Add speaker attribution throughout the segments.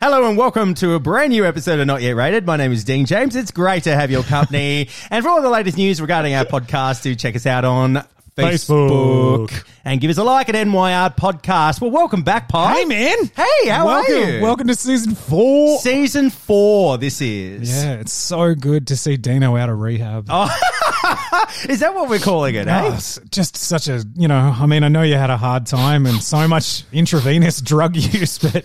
Speaker 1: and welcome to a brand new episode of Not Yet Rated. My name is Dean James. It's great to have your company. and for all the latest news regarding our podcast, do check us out on Facebook,
Speaker 2: Facebook.
Speaker 1: and give us a like at NYR Podcast. Well, welcome back, Pi.
Speaker 2: Hey, man.
Speaker 1: Oh, Hey, how
Speaker 2: welcome,
Speaker 1: are you?
Speaker 2: Welcome to season four.
Speaker 1: Season four, this is.
Speaker 2: Yeah, it's so good to see Dino out of rehab. Oh,
Speaker 1: Is that what we're calling it, eh?
Speaker 2: it's just such a, you know, I mean, I know you had a hard time and so much intravenous drug use,
Speaker 1: As
Speaker 2: but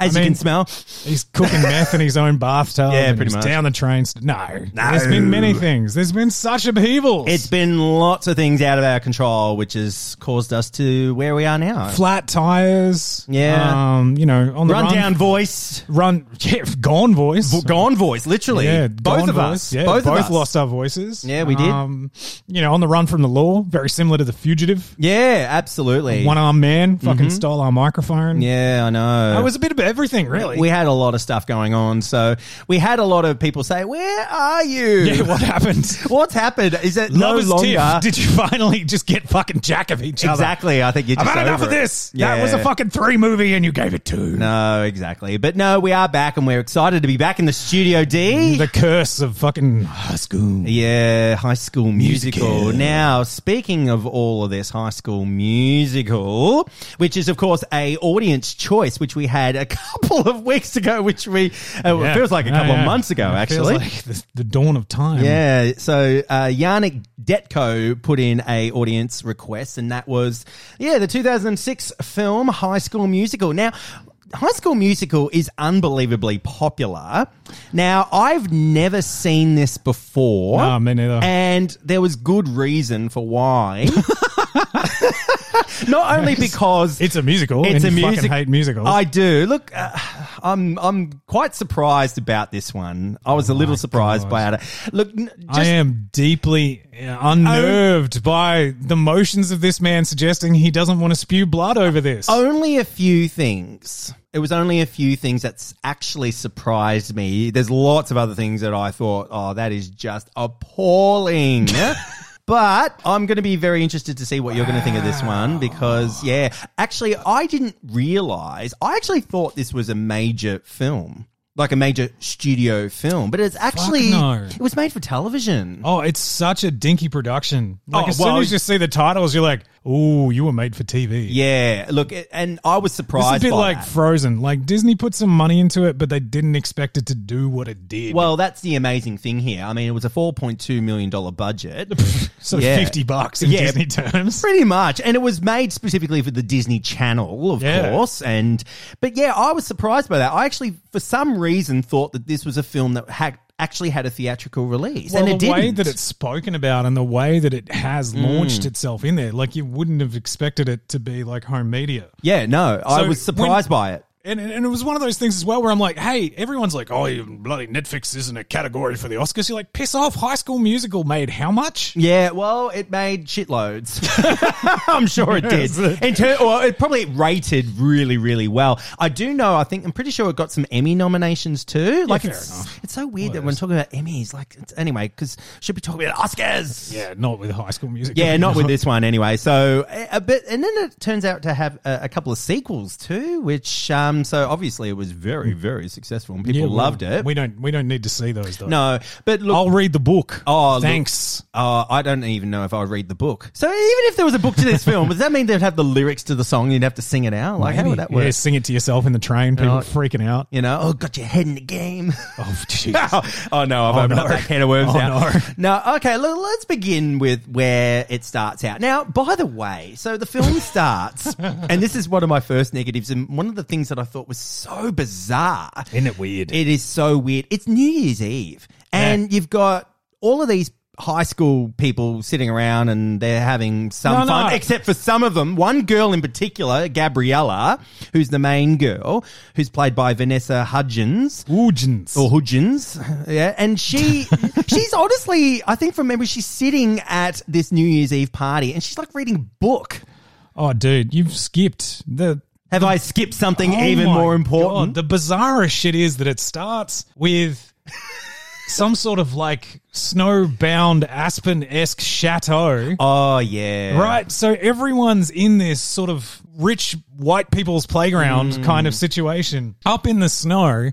Speaker 2: I
Speaker 1: you
Speaker 2: mean-
Speaker 1: can smell.
Speaker 2: he's cooking meth in his own bathtub.
Speaker 1: Yeah,
Speaker 2: and
Speaker 1: pretty
Speaker 2: he's
Speaker 1: much.
Speaker 2: Down the train. St- no, There's been many things. There's been such upheavals.
Speaker 1: It's been lots of things out of our control, which has caused us to where we are now.
Speaker 2: flat tires.
Speaker 1: Yeah.
Speaker 2: Um, you know, on the run.
Speaker 1: Rundown voice.
Speaker 2: Run. Yeah, gone voice.
Speaker 1: Gone voice, literally.
Speaker 2: Yeah,
Speaker 1: both
Speaker 2: gone
Speaker 1: of
Speaker 2: voice.
Speaker 1: us.
Speaker 2: Yeah,
Speaker 1: both,
Speaker 2: both,
Speaker 1: of us.
Speaker 2: lost our voices.
Speaker 1: Yeah, we did.
Speaker 2: Um, you know, on the run from the law, very similar to the fugitive.
Speaker 1: Yeah, absolutely.
Speaker 2: One armed man fucking stole our microphone.
Speaker 1: yeah, I know.
Speaker 2: It was a bit of everything, really.
Speaker 1: we had a lot of stuff going on, so we had a lot of people say, "Where are you?
Speaker 2: yeah, what happened?
Speaker 1: What's happened? Is it no
Speaker 2: Lovers
Speaker 1: longer?"
Speaker 2: tiff. Did you finally just get fucking jack of each other?
Speaker 1: exactly. I think you.
Speaker 2: I've had enough of this. That was a fucking three movie, and you gave it two.
Speaker 1: No, exactly. But no, we are back, and we're excited to be back in the studio. D.
Speaker 2: The curse of fucking high school.
Speaker 1: Yeah, High School Musical.
Speaker 2: Musical.
Speaker 1: Now, speaking of all of this High School Musical, which is of course a audience choice, which we had a couple of weeks ago, which we uh, it
Speaker 2: Yeah.
Speaker 1: feels like a
Speaker 2: Yeah,
Speaker 1: couple
Speaker 2: yeah.
Speaker 1: of months ago,
Speaker 2: It feels
Speaker 1: actually.
Speaker 2: like the, the dawn of time.
Speaker 1: yeah, so uh, Yannick Detko put in a audience request, and that was yeah the 2006 film High School Musical. Now, High School Musical is unbelievably popular. Now, I've never seen this before.
Speaker 2: Nah, me neither.
Speaker 1: And there was good reason for why. Not only because
Speaker 2: It's a musical.
Speaker 1: it's a
Speaker 2: and you
Speaker 1: music.
Speaker 2: Fucking hate musicals.
Speaker 1: I do. Look, uh, I'm I'm quite surprised about this one. I was a little surprised by it. Look, n-
Speaker 2: Oh I
Speaker 1: just Oh.
Speaker 2: am deeply uh, unnerved by the motions of this man suggesting he doesn't want to spew blood over this.
Speaker 1: only a few things. It was only a few things that's actually surprised me. There's lots of other things that I thought, oh, that is just appalling. But I'm going to be very interested to see what you're going to think of this one because, yeah, actually, I didn't realize. I actually thought this was a major film, like a major studio film, but it's actually
Speaker 2: no.
Speaker 1: it was made for television.
Speaker 2: Oh, it's such a dinky production. Like,
Speaker 1: Oh,
Speaker 2: as
Speaker 1: well-
Speaker 2: soon as you see the titles, you're like, "Ooh, you were made for TV."
Speaker 1: Yeah, look, it- and I was
Speaker 2: It's
Speaker 1: surprised.
Speaker 2: a bit
Speaker 1: by
Speaker 2: like
Speaker 1: that.
Speaker 2: Frozen. Like Disney put some money into it, but they didn't expect it to do what it did.
Speaker 1: Well, that's the amazing thing here. I mean, it was a four point two million dollar budget,
Speaker 2: so
Speaker 1: yeah.
Speaker 2: fifty bucks in
Speaker 1: Yeah.
Speaker 2: Disney terms.
Speaker 1: pretty much, and it was made specifically for the Disney Channel, of
Speaker 2: Yeah.
Speaker 1: course. And but yeah, I was surprised by that. I actually, for some reason, thought that this was a film that had actually had a theatrical release,
Speaker 2: Well,
Speaker 1: and it
Speaker 2: the
Speaker 1: didn't. Mm.
Speaker 2: way that it's spoken about and the way that it has launched itself in there, like you wouldn't have expected it to be like home media.
Speaker 1: yeah, no, I
Speaker 2: So
Speaker 1: was surprised by it.
Speaker 2: And, and it was one of those things as well where I'm like, hey, everyone's like, oh, you bloody Netflix isn't a category for the Oscars. You're like, piss off. High School Musical made how much?
Speaker 1: Yeah, well, it made shitloads. I'm sure it did. In ter- well, it probably rated really, really well. I do know. I think I'm pretty sure it got some Emmy nominations too. Like
Speaker 2: fair
Speaker 1: it's
Speaker 2: enough.
Speaker 1: it's so weird that when talking about Emmys, like it's, anyway, because should be talking about Oscars.
Speaker 2: Yeah, not with High School Musical.
Speaker 1: Yeah, not with this one anyway. So a a bit, and then it turns out to have a, a couple of sequels too, which um, so obviously it was very, very successful and people
Speaker 2: Hmm. Yeah, we-
Speaker 1: loved it.
Speaker 2: We don't we don't need to see those though.
Speaker 1: no, but look,
Speaker 2: I'll read the book.
Speaker 1: Oh, look.
Speaker 2: thanks.
Speaker 1: Uh, I don't even know if I would read the book. So even if there was a book to this film, does that mean they'd have the lyrics to the song and you'd have to sing it out? Like, how would that work?
Speaker 2: Yeah, sing it to yourself in the train. People
Speaker 1: No.
Speaker 2: freaking out.
Speaker 1: You know, oh, got your head in the game.
Speaker 2: Oh, jeez.
Speaker 1: oh no, I've
Speaker 2: Oh,
Speaker 1: opened up
Speaker 2: no.
Speaker 1: that can of worms
Speaker 2: Oh,
Speaker 1: now. No. okay, look, let's begin with where it starts out. Now, by the way, so the film starts, and this is one of my first negatives, and one of the things that I thought was so bizarre.
Speaker 2: Isn't it weird?
Speaker 1: It is so weird. It's New Year's Eve, and you've got all of these high school people sitting around and they're having some
Speaker 2: No,
Speaker 1: fun,
Speaker 2: no.
Speaker 1: except for some of them. One girl in particular, Gabriella, who's the main girl, who's played by Vanessa Hudgens.
Speaker 2: Woojins.
Speaker 1: Or Hudgens, yeah, and she, she's honestly, I think from memory, she's sitting at this New Year's Eve party, and she's like reading a book.
Speaker 2: Oh, dude, you've skipped the
Speaker 1: Have I skipped something
Speaker 2: Oh
Speaker 1: even
Speaker 2: my
Speaker 1: more important?
Speaker 2: God, The bizarrest shit is that it starts with some sort of like snowbound Aspen esque chateau.
Speaker 1: Oh yeah.
Speaker 2: Right, so everyone's in this sort of rich white people's playground
Speaker 1: Hmm.
Speaker 2: kind of situation up in the snow,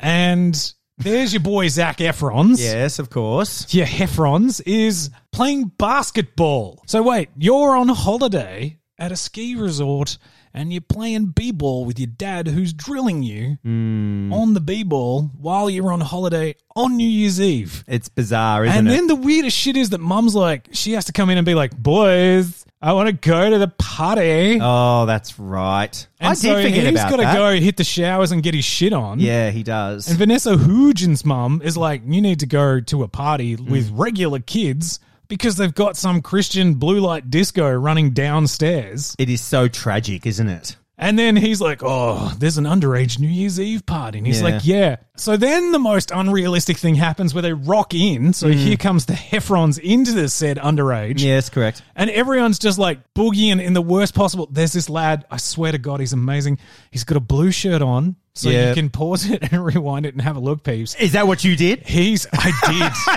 Speaker 2: and there's your boy Zach Efron's.
Speaker 1: Yes, of course.
Speaker 2: Yeah, Hefron's is playing basketball. So wait, you're on holiday at a ski resort and you're playing b-ball with your dad who's drilling you
Speaker 1: Hmm.
Speaker 2: on the b-ball while you're on holiday on New Year's Eve.
Speaker 1: It's bizarre, isn't
Speaker 2: And
Speaker 1: it?
Speaker 2: then the weirdest shit is that mum's like she has to come in and be like, "Boys, I want to go to the party."
Speaker 1: oh, that's right.
Speaker 2: and
Speaker 1: I
Speaker 2: so
Speaker 1: did forget
Speaker 2: he's
Speaker 1: about
Speaker 2: gotta
Speaker 1: that.
Speaker 2: go hit the showers and get his shit on.
Speaker 1: Yeah, he does.
Speaker 2: And Vanessa Hoogen's mum is like, you need to go to a party with
Speaker 1: Mm.
Speaker 2: regular kids because they've got some Christian blue light disco running downstairs.
Speaker 1: it is so tragic, isn't it?
Speaker 2: And then he's like, oh, there's an underage New Year's Eve party. And he's
Speaker 1: Yeah.
Speaker 2: like, yeah. So then the most unrealistic thing happens where they rock in. So
Speaker 1: Mm.
Speaker 2: here comes the Heffrons into the said underage.
Speaker 1: Yes, correct.
Speaker 2: And everyone's just like boogieing in the worst possible. There's this lad, I swear to God, he's amazing. He's got a blue shirt on. So you
Speaker 1: Yeah.
Speaker 2: can pause it and rewind it and have a look, peeps.
Speaker 1: Is that what you did?
Speaker 2: He's. I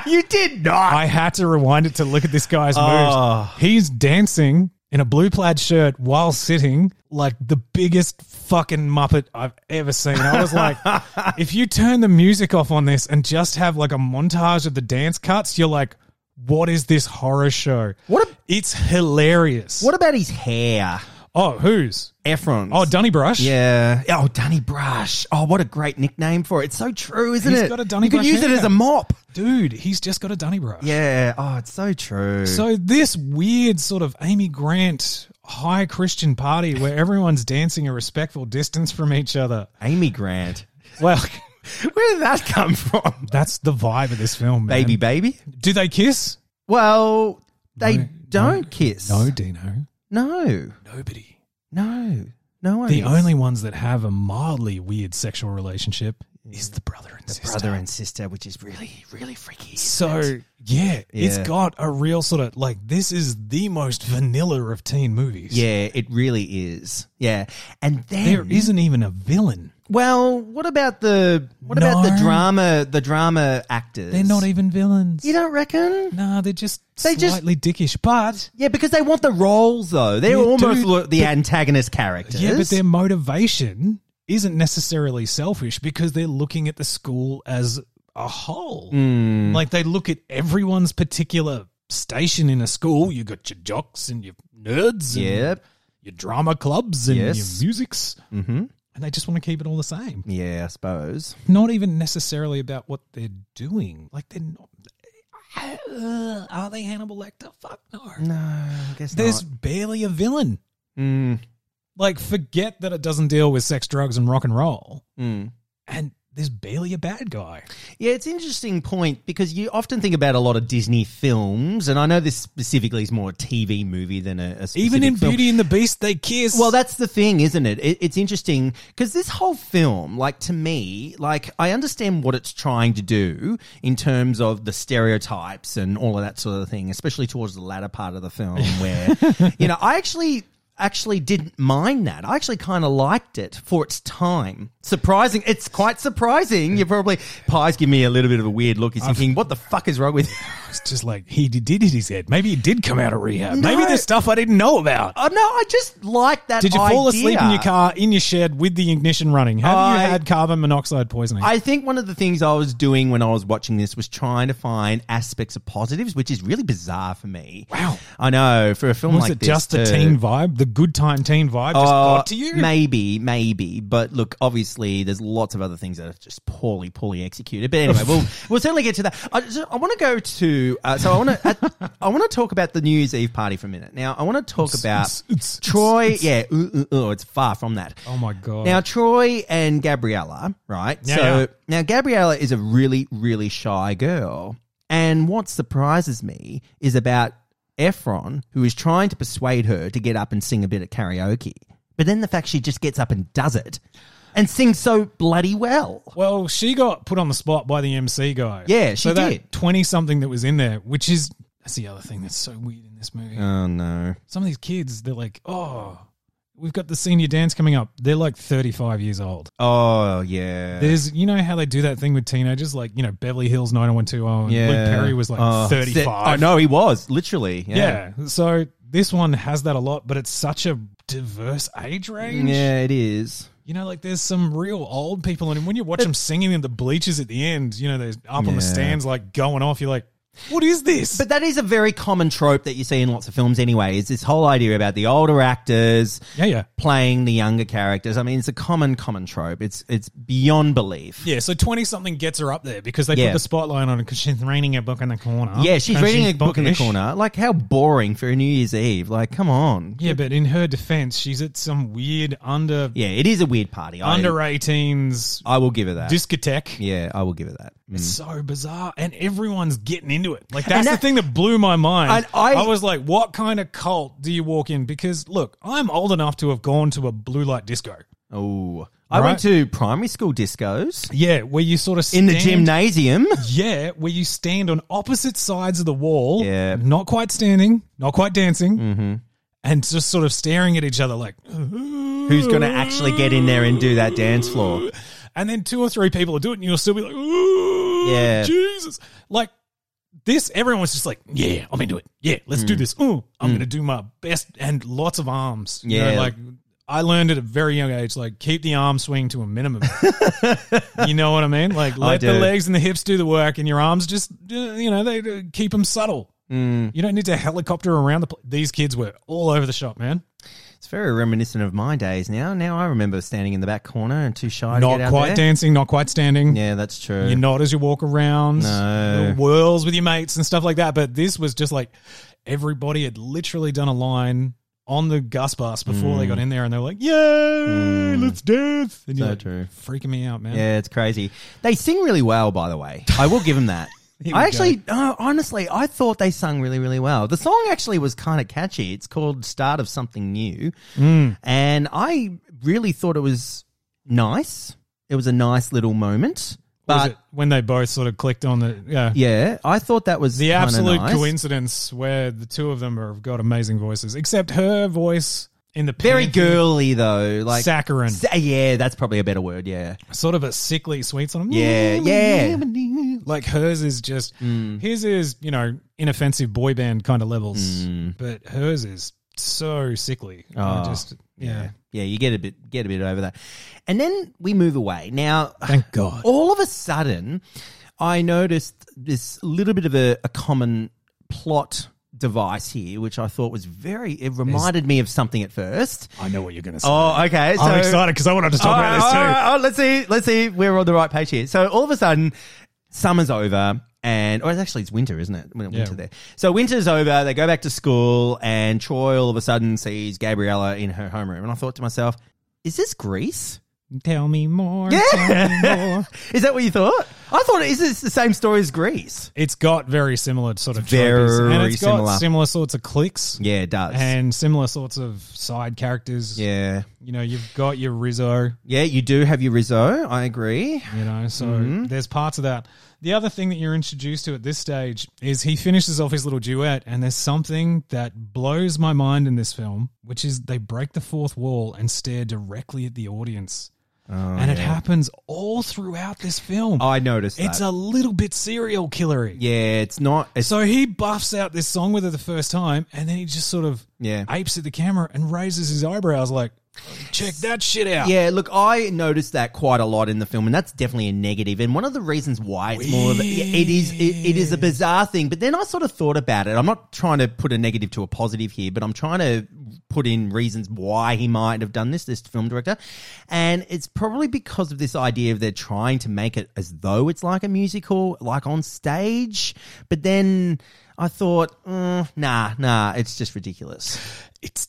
Speaker 2: did.
Speaker 1: you did not.
Speaker 2: I had to rewind it to look at this guy's
Speaker 1: Oh.
Speaker 2: moves. He's dancing in a blue plaid shirt while sitting like the biggest fucking muppet I've ever seen. I was like, if you turn the music off on this and just have like a montage of the dance cuts, you're like, what is this horror show?
Speaker 1: What a-
Speaker 2: it's hilarious.
Speaker 1: what about his hair?
Speaker 2: Oh, who's?
Speaker 1: Efron.
Speaker 2: Oh, Dunny Brush.
Speaker 1: Yeah. Oh, Dunny Brush. Oh, what a great nickname for it. It's so true, isn't
Speaker 2: He's
Speaker 1: it?
Speaker 2: got a Dunny
Speaker 1: you could
Speaker 2: Brush
Speaker 1: use it
Speaker 2: haircut.
Speaker 1: as a mop.
Speaker 2: dude, he's just got a Dunny Brush.
Speaker 1: Yeah. Oh, it's so true.
Speaker 2: So this weird sort of Amy Grant high Christian party where everyone's dancing a respectful distance from each other.
Speaker 1: Amy Grant.
Speaker 2: Well,
Speaker 1: Where did that come from?
Speaker 2: that's the vibe of this film, man.
Speaker 1: Baby, baby.
Speaker 2: Do they kiss?
Speaker 1: Well, they
Speaker 2: No,
Speaker 1: don't kiss.
Speaker 2: No, Dino.
Speaker 1: No.
Speaker 2: Nobody.
Speaker 1: No. No one.
Speaker 2: The only ones that have a mildly weird sexual relationship is the brother and sister.
Speaker 1: brother and sister, which is really, really freaky.
Speaker 2: so yeah, it's
Speaker 1: Yeah.
Speaker 2: got a real sort of like this is the most vanilla of teen movies.
Speaker 1: Yeah, it really is. Yeah. And then
Speaker 2: There isn't even a villain.
Speaker 1: Well, what about the what about the
Speaker 2: No.
Speaker 1: drama the drama actors?
Speaker 2: They're not even villains.
Speaker 1: You don't reckon?
Speaker 2: Nah, they're just
Speaker 1: They just-
Speaker 2: slightly dickish, but
Speaker 1: Yeah, because they want the roles though. They're
Speaker 2: Yeah,
Speaker 1: almost
Speaker 2: dude,
Speaker 1: like the antagonist characters.
Speaker 2: yeah, but their motivation isn't necessarily selfish because they're looking at the school as a whole.
Speaker 1: Hmm.
Speaker 2: Like they look at everyone's particular station in a school. You got your jocks and your nerds, and
Speaker 1: Yep.
Speaker 2: your drama clubs and
Speaker 1: Yes.
Speaker 2: your musics, mm-hmm. and they just want to keep it all the same.
Speaker 1: Yeah, I suppose.
Speaker 2: Not even necessarily about what they're doing. Like they're not. Uh, are they Hannibal Lecter? Fuck no.
Speaker 1: No, I guess
Speaker 2: There's
Speaker 1: not.
Speaker 2: barely a villain.
Speaker 1: Mm,
Speaker 2: like forget that it doesn't deal with sex, drugs, and rock and roll,
Speaker 1: mm.
Speaker 2: and there's barely a bad guy.
Speaker 1: Yeah, it's an interesting point because you often think about a lot of Disney films, and I know this specifically is more a TV movie than a, a specific
Speaker 2: Even in
Speaker 1: film.
Speaker 2: Beauty and the Beast, they kiss.
Speaker 1: Well, that's the thing, isn't it? it it's interesting because this whole film, like to me, like I understand what it's trying to do in terms of the stereotypes and all of that sort of thing, especially towards the latter part of the film where, you know, I actually actually didn't mind that. I actually kind of liked it for its time. Surprising. It's quite surprising. You're probably, Pies give me a little bit of a weird look. He's thinking, what the fuck is wrong with you?
Speaker 2: it's just like he d- did hit his head. Maybe he did come out of rehab. Maybe
Speaker 1: No.
Speaker 2: there's stuff I didn't know about.
Speaker 1: Oh, no, I just like that
Speaker 2: Did you fall asleep in
Speaker 1: idea.
Speaker 2: your car in your shed with the ignition running? Have
Speaker 1: I-
Speaker 2: you had carbon monoxide poisoning?
Speaker 1: I think one of the things I was doing when I was watching this was trying to find aspects of positives, which is really bizarre for me.
Speaker 2: Wow.
Speaker 1: I know for a film
Speaker 2: was
Speaker 1: like
Speaker 2: it
Speaker 1: this,
Speaker 2: just the
Speaker 1: to-
Speaker 2: teen vibe, the good time teen vibe, just
Speaker 1: Uh,
Speaker 2: got to you?
Speaker 1: Maybe, maybe, but look, obviously, there's lots of other things that are just poorly, poorly executed. But anyway, we'll we'll certainly get to that. I, just- I want to go to uh, so I want to I want to talk about the New Year's Eve party for a minute. Now, I want to talk about
Speaker 2: it's- it's-
Speaker 1: Troy. yeah, ooh, ooh, ooh, it's far from that.
Speaker 2: Oh my god!
Speaker 1: Now, Troy and Gabriella, right?
Speaker 2: Yeah,
Speaker 1: so
Speaker 2: yeah.
Speaker 1: now Gabriella is a really, really shy girl. And what surprises me is about Efron, who is trying to persuade her to get up and sing a bit at karaoke. But then the fact she just gets up and does it and sings so bloody well.
Speaker 2: Well, she got put on the spot by the MC guy.
Speaker 1: Yeah, she
Speaker 2: so that
Speaker 1: did.
Speaker 2: Twenty something that was in there, which is that's the other thing that's so weird in this movie.
Speaker 1: Oh, no.
Speaker 2: Some of these kids, they're like, oh, we've got the senior dance coming up. They're like 35 years old.
Speaker 1: Oh yeah.
Speaker 2: There's, you know how they do that thing with teenagers, like you know Beverly Hills 90210. Yeah. oh, Luke Perry was like
Speaker 1: Oh,
Speaker 2: 35.
Speaker 1: I know he was literally. Yeah.
Speaker 2: Yeah. So this one has that a lot, but it's such a diverse age range.
Speaker 1: Yeah, it is.
Speaker 2: You know, like there's some real old people, and when you watch them singing in the bleachers at the end, you know, they're up on
Speaker 1: Yeah.
Speaker 2: the stands like going off. You're like, what is this?
Speaker 1: But that is a very common trope that you see in lots of films anyway, is this whole idea about the older actors
Speaker 2: yeah, yeah.
Speaker 1: playing the younger characters. I mean, it's a common, common trope. It's it's beyond belief.
Speaker 2: Yeah, so 20 something gets her up there because they
Speaker 1: Yeah.
Speaker 2: put the spotlight on her because she's reading a book in the corner.
Speaker 1: Yeah, she's
Speaker 2: And
Speaker 1: reading a book in the
Speaker 2: bookish.
Speaker 1: corner. Like, how boring for a New Year's Eve. Like, come on.
Speaker 2: Yeah, but in her defense, she's at some weird under
Speaker 1: Yeah, it is a weird party. I-
Speaker 2: under 18s
Speaker 1: I, will give her that.
Speaker 2: discotheque.
Speaker 1: yeah, I will give her that. Mm.
Speaker 2: So bizarre, and everyone's getting into it. Like that's
Speaker 1: And
Speaker 2: the
Speaker 1: that-
Speaker 2: thing that blew my mind.
Speaker 1: And I-
Speaker 2: I, was like, "What kind of cult do you walk in?" Because look, I'm old enough to have gone to a blue light disco.
Speaker 1: Oh. I
Speaker 2: Right.
Speaker 1: went to primary school discos
Speaker 2: Yeah, where you sort of
Speaker 1: in
Speaker 2: stand,
Speaker 1: the gymnasium.
Speaker 2: Yeah, where you stand on opposite sides of the wall.
Speaker 1: Yeah. Mm-hmm.
Speaker 2: not quite standing, not quite dancing, and just sort of staring at each other like,
Speaker 1: Who's going to actually get in there and do that dance floor?
Speaker 2: and then two or three people will do it, and you'll still be like, "Ooh,
Speaker 1: Yeah.
Speaker 2: Jesus!" Like this, everyone's just like, "Yeah, I'm into it. Yeah, let's
Speaker 1: Mm.
Speaker 2: do this. Ooh, I'm gonna do my best." And lots of arms. You know,
Speaker 1: Yeah.
Speaker 2: like I learned at a very young age, like keep the arm swing to a minimum. you know what I mean? Like let the
Speaker 1: do.
Speaker 2: legs and the hips do the work, and your arms just, uh, you know, they uh, keep them subtle.
Speaker 1: Mm.
Speaker 2: You don't need to helicopter around the. Pl- These kids were all over the shop, man.
Speaker 1: It's very reminiscent of my days now. Now I remember standing in the back corner and too shy to get
Speaker 2: Not
Speaker 1: out
Speaker 2: quite
Speaker 1: there.
Speaker 2: dancing, not quite standing.
Speaker 1: Yeah, that's true.
Speaker 2: You nod as you walk around,
Speaker 1: No.
Speaker 2: little whirls with your mates and stuff like that. But this was just like everybody had literally done a line on the Gus bus before
Speaker 1: Mm.
Speaker 2: they got in there, and they were like, "Yay, let's dance!" And you're
Speaker 1: So
Speaker 2: like,
Speaker 1: true.
Speaker 2: freaking me out, man.
Speaker 1: Yeah, it's crazy. They sing really well, by the way. I will give them that.
Speaker 2: Here we
Speaker 1: I actually, uh, honestly, I thought they sung really, really well. The song actually was kind of catchy. It's called Start of Something New.
Speaker 2: Mm.
Speaker 1: And I really thought it was nice. It was a nice little moment.
Speaker 2: Was
Speaker 1: But
Speaker 2: it when they both sort of clicked on the yeah.
Speaker 1: yeah, I thought that was
Speaker 2: The
Speaker 1: kinda
Speaker 2: absolute
Speaker 1: nice.
Speaker 2: coincidence where the two of them have got amazing voices, except her voice in the
Speaker 1: Very
Speaker 2: pantheon-
Speaker 1: girly, though. Like,
Speaker 2: saccharine,
Speaker 1: sa- yeah, that's probably a better word. Yeah.
Speaker 2: sort of a sickly sweet song.
Speaker 1: Yeah, yeah.
Speaker 2: Like hers is just
Speaker 1: Mm.
Speaker 2: his is you know inoffensive boy band kind of levels, but hers is so sickly. I
Speaker 1: Mm. Oh,
Speaker 2: just yeah.
Speaker 1: Yeah, you get a bit get a bit over that. And then we move away. Now
Speaker 2: Thank God.
Speaker 1: all of a sudden, I noticed this little bit of a, a common plot device here, which I thought was very. It reminded me of something at first.
Speaker 2: I know what you're gonna say.
Speaker 1: Oh, okay. So, Ah!
Speaker 2: I'm excited because I wanted to talk
Speaker 1: All
Speaker 2: about
Speaker 1: right,
Speaker 2: this too.
Speaker 1: all right, all right, let's see. Let's see. if We're on the right page here. So all of a sudden, summer's over. And or it's actually it's winter, isn't it? Winter
Speaker 2: Yeah.
Speaker 1: there. So winter's over. They go back to school, and Troy all of a sudden sees Gabriella in her homeroom. And I thought to myself, "Is this Greece?
Speaker 2: Tell me more. Tell me
Speaker 1: Yeah.
Speaker 2: more.
Speaker 1: is that what you thought? I thought, is this the same story as Greece?
Speaker 2: It's got very similar sort of
Speaker 1: It's very
Speaker 2: tropes, and it's got
Speaker 1: similar.
Speaker 2: similar sorts of clicks
Speaker 1: Yeah, it does.
Speaker 2: and similar sorts of side characters.
Speaker 1: yeah.
Speaker 2: You know, you've got your Rizzo,
Speaker 1: Yeah, you do have your Rizzo. I agree.
Speaker 2: You know, so
Speaker 1: Mm-hmm.
Speaker 2: there's parts of that. The other thing that you're introduced to at this stage is he finishes off his little duet, and there's something that blows my mind in this film, which is they break the fourth wall and stare directly at the audience.
Speaker 1: Oh,
Speaker 2: and it happens all throughout this film.
Speaker 1: I noticed Oh, that.
Speaker 2: it's a little bit serial killery.
Speaker 1: yeah, it's not. It's,
Speaker 2: So he buffs out this song with her the first time, and then he just sort of
Speaker 1: Yeah.
Speaker 2: apes at the camera and raises his eyebrows like, check that shit out.
Speaker 1: yeah, look, I noticed that quite a lot in the film, and that's definitely a negative. And one of the reasons why it's more of a, yeah, it is it, it is a bizarre thing. But then I sort of thought about it. I'm not trying to put a negative to a positive here, but I'm trying to put in reasons why he might have done this. This film director, and it's probably because of this idea of they're trying to make it as though it's like a musical, like on stage. But then I thought, mm, nah, nah, it's just ridiculous.
Speaker 2: It's.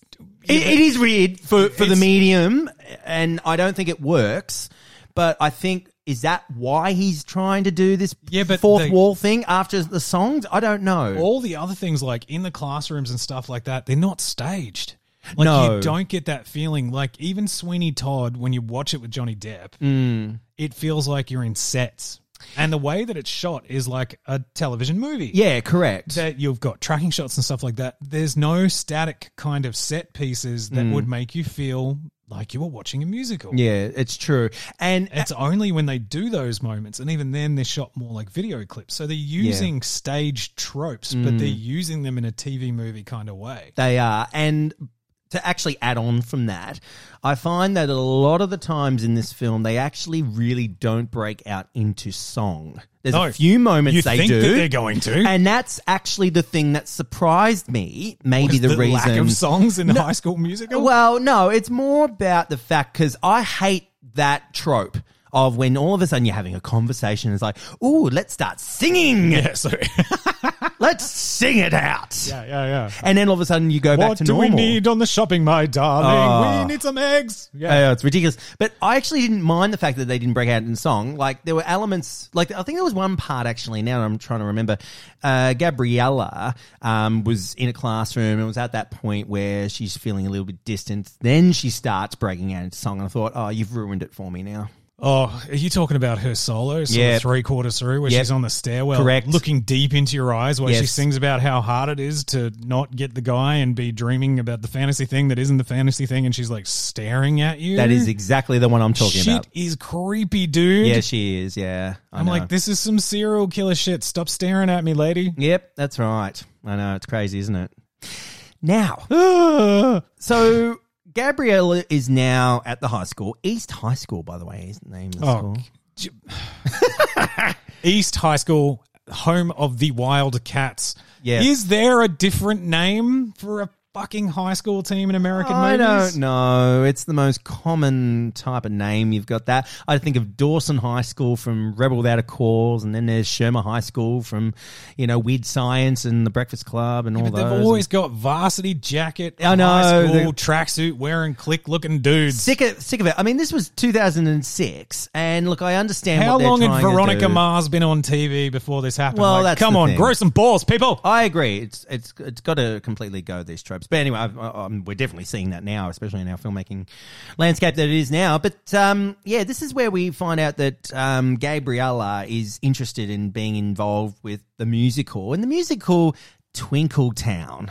Speaker 1: It, it is weird for, for the
Speaker 2: It's-
Speaker 1: medium, and I don't think it works. But I think is that why he's trying to do this
Speaker 2: Yeah, but
Speaker 1: fourth
Speaker 2: they-
Speaker 1: wall thing after the songs? I don't know.
Speaker 2: all the other things like in the classrooms and stuff like that, they're not staged. Like
Speaker 1: No.
Speaker 2: you don't get that feeling. Like
Speaker 1: Mm.
Speaker 2: even Sweeney Todd, when you watch it with Johnny Depp, it feels like you're in sets. And the way that it's shot is like a television movie.
Speaker 1: Yeah, correct.
Speaker 2: That you've got tracking shots and stuff like that. There's no static kind of set pieces that would make you feel like you were watching a musical.
Speaker 1: Mm. yeah, it's true. And
Speaker 2: It's only when they do those moments, and even then, they're shot more like video clips. So they're using stage tropes,
Speaker 1: Mm.
Speaker 2: but they're using them in a TV movie kind of way.
Speaker 1: They are. And to actually add on from that, I find that a lot of the times in this film, they actually really don't break out into song. There's
Speaker 2: No.
Speaker 1: a few moments
Speaker 2: You
Speaker 1: they
Speaker 2: think
Speaker 1: do.
Speaker 2: that they're going to?
Speaker 1: And that's actually the thing that surprised me. Maybe the, reason.
Speaker 2: lack of songs in High School Musical.
Speaker 1: Well, no, it's more about the fact because I hate that trope of when all of a sudden you're having a conversation. It's like, ooh, let's start singing.
Speaker 2: yeah, so yeah,
Speaker 1: Let's sing it out.
Speaker 2: yeah, yeah.
Speaker 1: And then all of a sudden you go back
Speaker 2: What
Speaker 1: to
Speaker 2: do
Speaker 1: normal.
Speaker 2: we need on the shopping, my darling?
Speaker 1: Ah.
Speaker 2: we need some eggs. Yeah,
Speaker 1: Yeah, Oh, it's ridiculous. But I actually didn't mind the fact that they didn't break out in song. Like there were elements. Like I think there was one part actually. Now I'm trying to remember. Uh, Gabriella um, was in a classroom and was at that point where she's feeling a little bit distant. Then she starts breaking out into song, and I thought, oh, you've ruined it for me now.
Speaker 2: Oh, are you talking about her solo? So
Speaker 1: Yep.
Speaker 2: three quarters through, where
Speaker 1: Yep.
Speaker 2: she's on the stairwell,
Speaker 1: Correct.
Speaker 2: looking deep into your eyes, where she
Speaker 1: Yes.
Speaker 2: sings about how hard it is to not get the guy and be dreaming about the fantasy thing that isn't the fantasy thing, and she's like staring at you.
Speaker 1: That is exactly the one I'm talking
Speaker 2: shit
Speaker 1: about.
Speaker 2: is creepy, dude.
Speaker 1: Yeah, she is. Yeah, I
Speaker 2: I'm
Speaker 1: know.
Speaker 2: like, this is some serial killer shit. Stop staring at me, lady.
Speaker 1: yep, that's right. I know it's crazy, isn't it? Now,
Speaker 2: Ah.
Speaker 1: So Gabriella is now at the high school, East High School, by the way, is the name of the
Speaker 2: Oh,
Speaker 1: school.
Speaker 2: j- East High School, home of the Wild Cats.
Speaker 1: Yeah.
Speaker 2: Is there a different name for a fucking high school team in American
Speaker 1: I
Speaker 2: movies?
Speaker 1: don't know. It's the most common type of name you've got. That I think of Dawson High School from Rebel Without a Cause, and then there's Shermer High School from, you know, Weird Science and The Breakfast Club and all
Speaker 2: But
Speaker 1: those.
Speaker 2: they've always got varsity jacket,
Speaker 1: I know,
Speaker 2: high
Speaker 1: they're-
Speaker 2: school tracksuit wearing click looking dudes.
Speaker 1: sick of sick of it. I mean, this was 2006, and look, I understand
Speaker 2: How
Speaker 1: what they're
Speaker 2: long had
Speaker 1: trying to
Speaker 2: Veronica
Speaker 1: do.
Speaker 2: Mars been on TV before this happened?
Speaker 1: Well,
Speaker 2: Like,
Speaker 1: that's
Speaker 2: come
Speaker 1: the
Speaker 2: on,
Speaker 1: thing. Oh.
Speaker 2: grow some balls, people.
Speaker 1: I agree. It's it's it's got to completely go these tropes. But anyway, I've, I- I'm, we're definitely seeing that now, especially in our filmmaking landscape that it is now. But um, yeah, this is where we find out that um, Gabriella is interested in being involved with the musical and the musical Twinkle Town.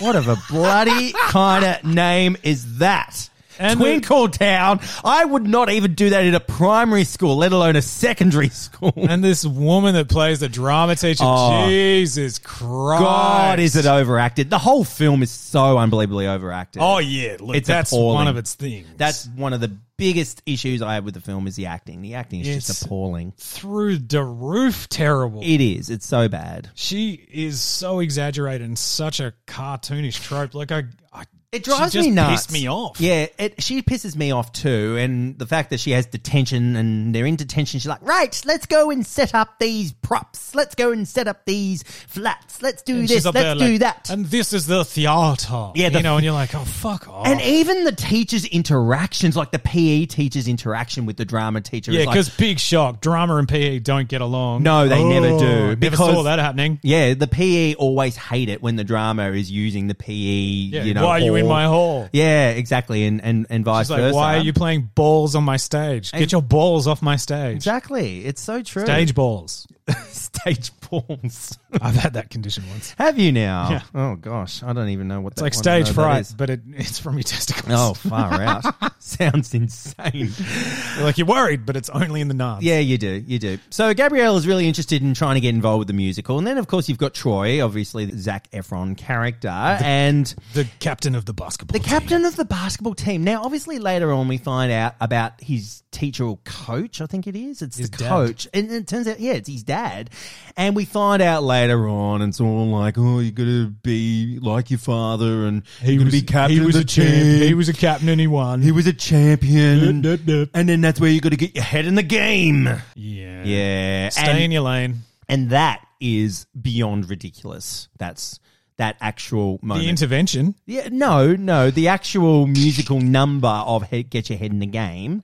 Speaker 1: What of a bloody kind of name is that?
Speaker 2: And the-
Speaker 1: Twinkle Town. I would not even do that in a primary school, let alone a secondary school.
Speaker 2: and this woman that plays the drama teacher,
Speaker 1: Oh.
Speaker 2: Jesus Christ!
Speaker 1: God, is it overacted? The whole film is so unbelievably overacted.
Speaker 2: Oh yeah, look,
Speaker 1: It's
Speaker 2: that's
Speaker 1: appalling.
Speaker 2: one of its things.
Speaker 1: That's one of the biggest issues I have with the film is the acting. The acting is
Speaker 2: It's-
Speaker 1: just appalling.
Speaker 2: through the roof terrible.
Speaker 1: It is. It's so bad.
Speaker 2: she is so exaggerated and such a cartoonish trope. Like I, I
Speaker 1: It drives
Speaker 2: she just
Speaker 1: me nuts.
Speaker 2: Pissed me off.
Speaker 1: Yeah, it, she pisses me off too. And the fact that she has detention and they're in detention, she's like, right, let's go and set up these props. Let's go and set up these flats. Let's do
Speaker 2: And
Speaker 1: this.
Speaker 2: she's up
Speaker 1: Let's
Speaker 2: there
Speaker 1: do
Speaker 2: like,
Speaker 1: that.
Speaker 2: And this is the theater.
Speaker 1: Yeah, the-
Speaker 2: you know, and you're like, oh fuck off.
Speaker 1: And even the teachers' interactions, like the PE teacher's interaction with the drama teacher,
Speaker 2: yeah,
Speaker 1: is like,
Speaker 2: because big shock, drama and PE don't get along. Oh,
Speaker 1: No, they never do,
Speaker 2: Never saw
Speaker 1: because-
Speaker 2: that happening.
Speaker 1: Yeah, the PE always hate it when the drama is using the PE.
Speaker 2: Yeah,
Speaker 1: you know,
Speaker 2: why are you in my hall?
Speaker 1: Yeah, exactly, and and and vice
Speaker 2: It's like,
Speaker 1: versa.
Speaker 2: why are you playing balls on my stage? Get your balls off my stage.
Speaker 1: Exactly, it's so true.
Speaker 2: Stage balls.
Speaker 1: stage balls.
Speaker 2: I've had that condition once.
Speaker 1: Have you now?
Speaker 2: Yeah.
Speaker 1: Oh gosh, I don't even know what.
Speaker 2: It's like stage fright, but it, it's from your testicles.
Speaker 1: Oh, far out. Sounds insane.
Speaker 2: You're like you're worried, but it's only in the nuns.
Speaker 1: Yeah, you do. You do. So Gabrielle is really interested in trying to get involved with the musical. And then, of course, you've got Troy, obviously, the Zac Efron character. and
Speaker 2: the captain of the basketball.
Speaker 1: The
Speaker 2: team.
Speaker 1: captain of the basketball team. Now, obviously, later on we find out about his teacher or coach. I think it is. It's
Speaker 2: His
Speaker 1: the
Speaker 2: dad.
Speaker 1: coach, and it turns out, yeah, it's his dad. And we find out later on, and it's all like, oh, you got to be like your father, and he was, be captain.
Speaker 2: he was
Speaker 1: of
Speaker 2: a
Speaker 1: the team.
Speaker 2: champ. He was a captain, and he won.
Speaker 1: He was a champion.
Speaker 2: Dup, dup, dup.
Speaker 1: And then that's where you got to get your head in the game.
Speaker 2: yeah,
Speaker 1: Yeah,
Speaker 2: Stay
Speaker 1: and,
Speaker 2: in your lane.
Speaker 1: and that is beyond ridiculous. That's that actual moment.
Speaker 2: The intervention.
Speaker 1: Yeah, no, no. The actual musical number of he- Get Your Head in the Game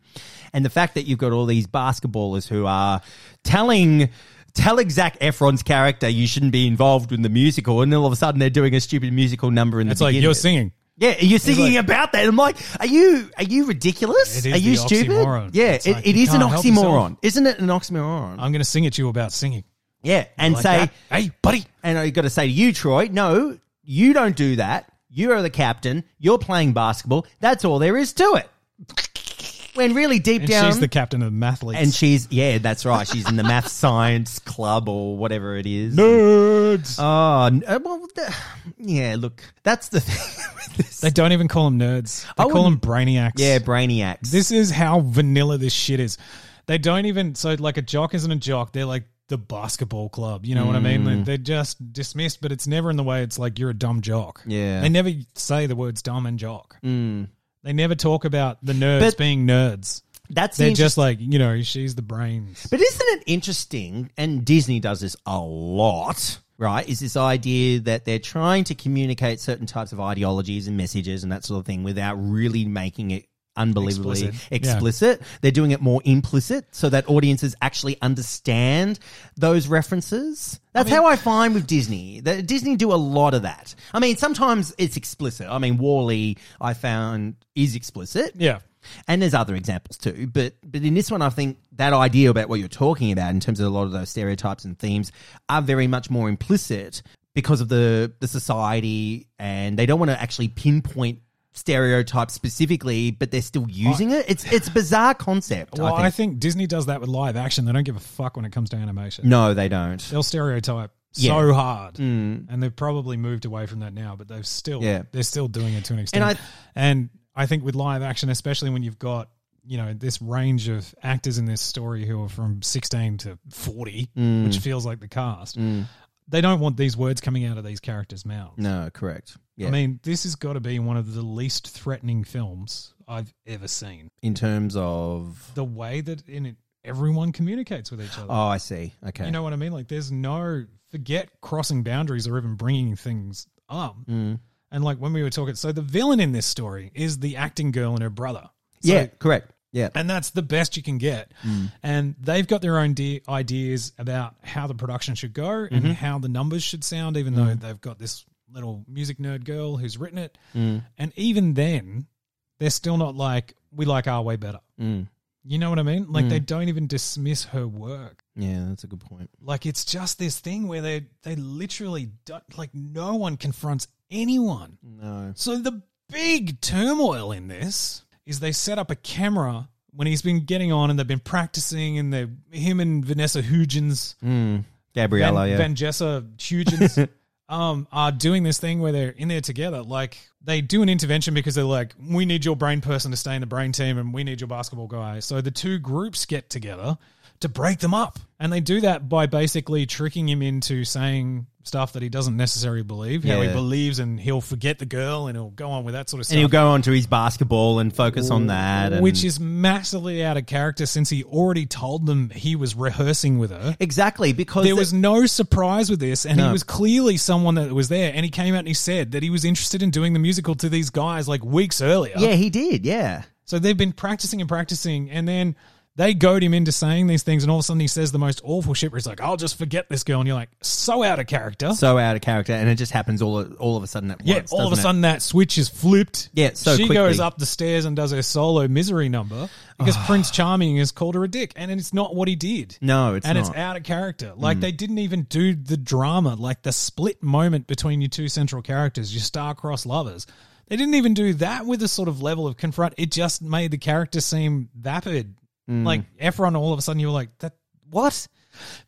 Speaker 1: and the fact that you've got all these basketballers who are telling telling Zach Efron's character you shouldn't be involved in the musical and all of a sudden they're doing a stupid musical number in the
Speaker 2: It's like
Speaker 1: beginning.
Speaker 2: you're singing.
Speaker 1: Yeah, you're thinking
Speaker 2: like-
Speaker 1: about that. I'm like, are you are you ridiculous?
Speaker 2: It is
Speaker 1: are you
Speaker 2: the
Speaker 1: stupid?
Speaker 2: oxymoron.
Speaker 1: Yeah,
Speaker 2: It's
Speaker 1: it,
Speaker 2: like
Speaker 1: it
Speaker 2: you
Speaker 1: is an
Speaker 2: can't help yourself.
Speaker 1: oxymoron, isn't it? An oxymoron.
Speaker 2: I'm going to sing at you about singing.
Speaker 1: yeah, and
Speaker 2: Like
Speaker 1: say,
Speaker 2: that. hey, buddy.
Speaker 1: and I got to say to you, Troy, no, you don't do that. You are the captain. You're playing basketball. That's all there is to it. When really deep
Speaker 2: And
Speaker 1: down,
Speaker 2: she's the captain of the mathletes.
Speaker 1: and she's yeah, that's right. She's in the math science club or whatever it is.
Speaker 2: nerds.
Speaker 1: Oh, n- uh, well, th- yeah. Look, that's the thing. with this.
Speaker 2: they don't even call them nerds. They
Speaker 1: I
Speaker 2: call them brainiacs.
Speaker 1: Yeah, brainiacs.
Speaker 2: This is how vanilla this shit is. They don't even so like a jock isn't a jock. They're like the basketball club. You know what I mean?
Speaker 1: Mm.
Speaker 2: Like, They're just dismissed, but it's never in the way it's like you're a dumb jock.
Speaker 1: Yeah. Mm.
Speaker 2: They never say the words dumb and jock. They never talk about the nerds
Speaker 1: But-
Speaker 2: being nerds.
Speaker 1: that's the
Speaker 2: They're
Speaker 1: inter-
Speaker 2: just like, you know, she's the brains.
Speaker 1: But isn't it interesting? And Disney does this a lot, right? Is this idea that they're trying to communicate certain types of ideologies and messages and that sort of thing without really making it unbelievably
Speaker 2: Explicit.
Speaker 1: explicit.
Speaker 2: Yeah.
Speaker 1: They're doing it more implicit so that audiences actually understand those references. That's how I find with Disney. That Disney do a lot of that. I mean, sometimes it's explicit. I mean, Wally, I found is explicit.
Speaker 2: Yeah.
Speaker 1: And there's other examples too, but but in this one, I think that idea about what you're talking about in terms of a lot of those stereotypes and themes are very much more implicit because of the the society, and they don't want to actually pinpoint stereotypes specifically, but they're still using it. It's it's a bizarre concept.
Speaker 2: Well,
Speaker 1: I think.
Speaker 2: Disney does that with live action. They don't give a fuck when it comes to animation.
Speaker 1: no, they don't.
Speaker 2: They'll stereotype so
Speaker 1: Yeah. Mm.
Speaker 2: hard, and they've probably moved away from that now. But they've still,
Speaker 1: Yeah.
Speaker 2: they're still doing it to an extent. And
Speaker 1: I-
Speaker 2: I, think with live action, especially when you've got you know this range of actors in this story who are from sixteen to forty,
Speaker 1: Mm.
Speaker 2: which feels like the cast, they don't want these words coming out of these characters' mouths.
Speaker 1: No, correct. Yeah,
Speaker 2: I mean, this has got to be one of the least threatening films I've ever seen.
Speaker 1: in terms of
Speaker 2: The way that in it, everyone communicates with each other.
Speaker 1: oh, I see. Okay,
Speaker 2: You know what I mean? Like, there's no forget crossing boundaries or even bringing things up. And like when we were talking, so the villain in this story is the acting girl and her brother. So-
Speaker 1: yeah, correct. Yeah,
Speaker 2: and that's the best you can get. And they've got their own de- ideas about how the production should go and how the numbers should sound, even though they've got this little music nerd girl who's written it. And even then, they're still not like, we like our way better.
Speaker 1: Mm.
Speaker 2: You know what I mean? Like, they don't even dismiss her work.
Speaker 1: yeah, that's a good point.
Speaker 2: Like it's just this thing where they they literally don't, like no one confronts anyone.
Speaker 1: No,
Speaker 2: So the big turmoil in this is they set up a camera when he's been getting on and they've been practicing and they him and Vanessa Hudgens,
Speaker 1: Gabriella.
Speaker 2: Ben,
Speaker 1: yeah,
Speaker 2: Ben Jessa Hudgens um, are doing this thing where they're in there together. Like they do an intervention because they're like, we need your brain person to stay in the brain team and we need your basketball guy. So the two groups get together to break them up. And they do that by basically tricking him into saying stuff that he doesn't necessarily believe, how he
Speaker 1: Yeah.
Speaker 2: believes and he'll forget the girl and he'll go on with that sort of stuff.
Speaker 1: and he'll go on to his basketball and focus on that. And
Speaker 2: which is massively out of character since he already told them he was rehearsing with her.
Speaker 1: exactly because
Speaker 2: there
Speaker 1: the-
Speaker 2: was no surprise with this, and he was clearly someone that was there. And he came out and he said that he was interested in doing the musical to these guys like weeks earlier.
Speaker 1: yeah, he did. Yeah,
Speaker 2: So they've been practicing and practicing, and then they goad him into saying these things, and all of a sudden he says the most awful shit. Where he's like, "I'll just forget this girl," and you're like, "So out of character."
Speaker 1: so out of character, and it just happens all all of a sudden at
Speaker 2: yeah,
Speaker 1: once.
Speaker 2: all of a
Speaker 1: doesn't it?
Speaker 2: sudden that switch is flipped.
Speaker 1: Yeah, so
Speaker 2: she
Speaker 1: quickly. Ah.
Speaker 2: goes up the stairs and does her solo misery number because Prince Charming has called her a dick, and it's not what he did.
Speaker 1: No, it's
Speaker 2: and
Speaker 1: not. Mm.
Speaker 2: it's out of character. Like they didn't even do the drama, like the split moment between your two central characters, your star-crossed lovers. They didn't even do that with a sort of level of confront. It just made the character seem vapid.
Speaker 1: Mm.
Speaker 2: Like Efron, all of a sudden you were like, "That what?"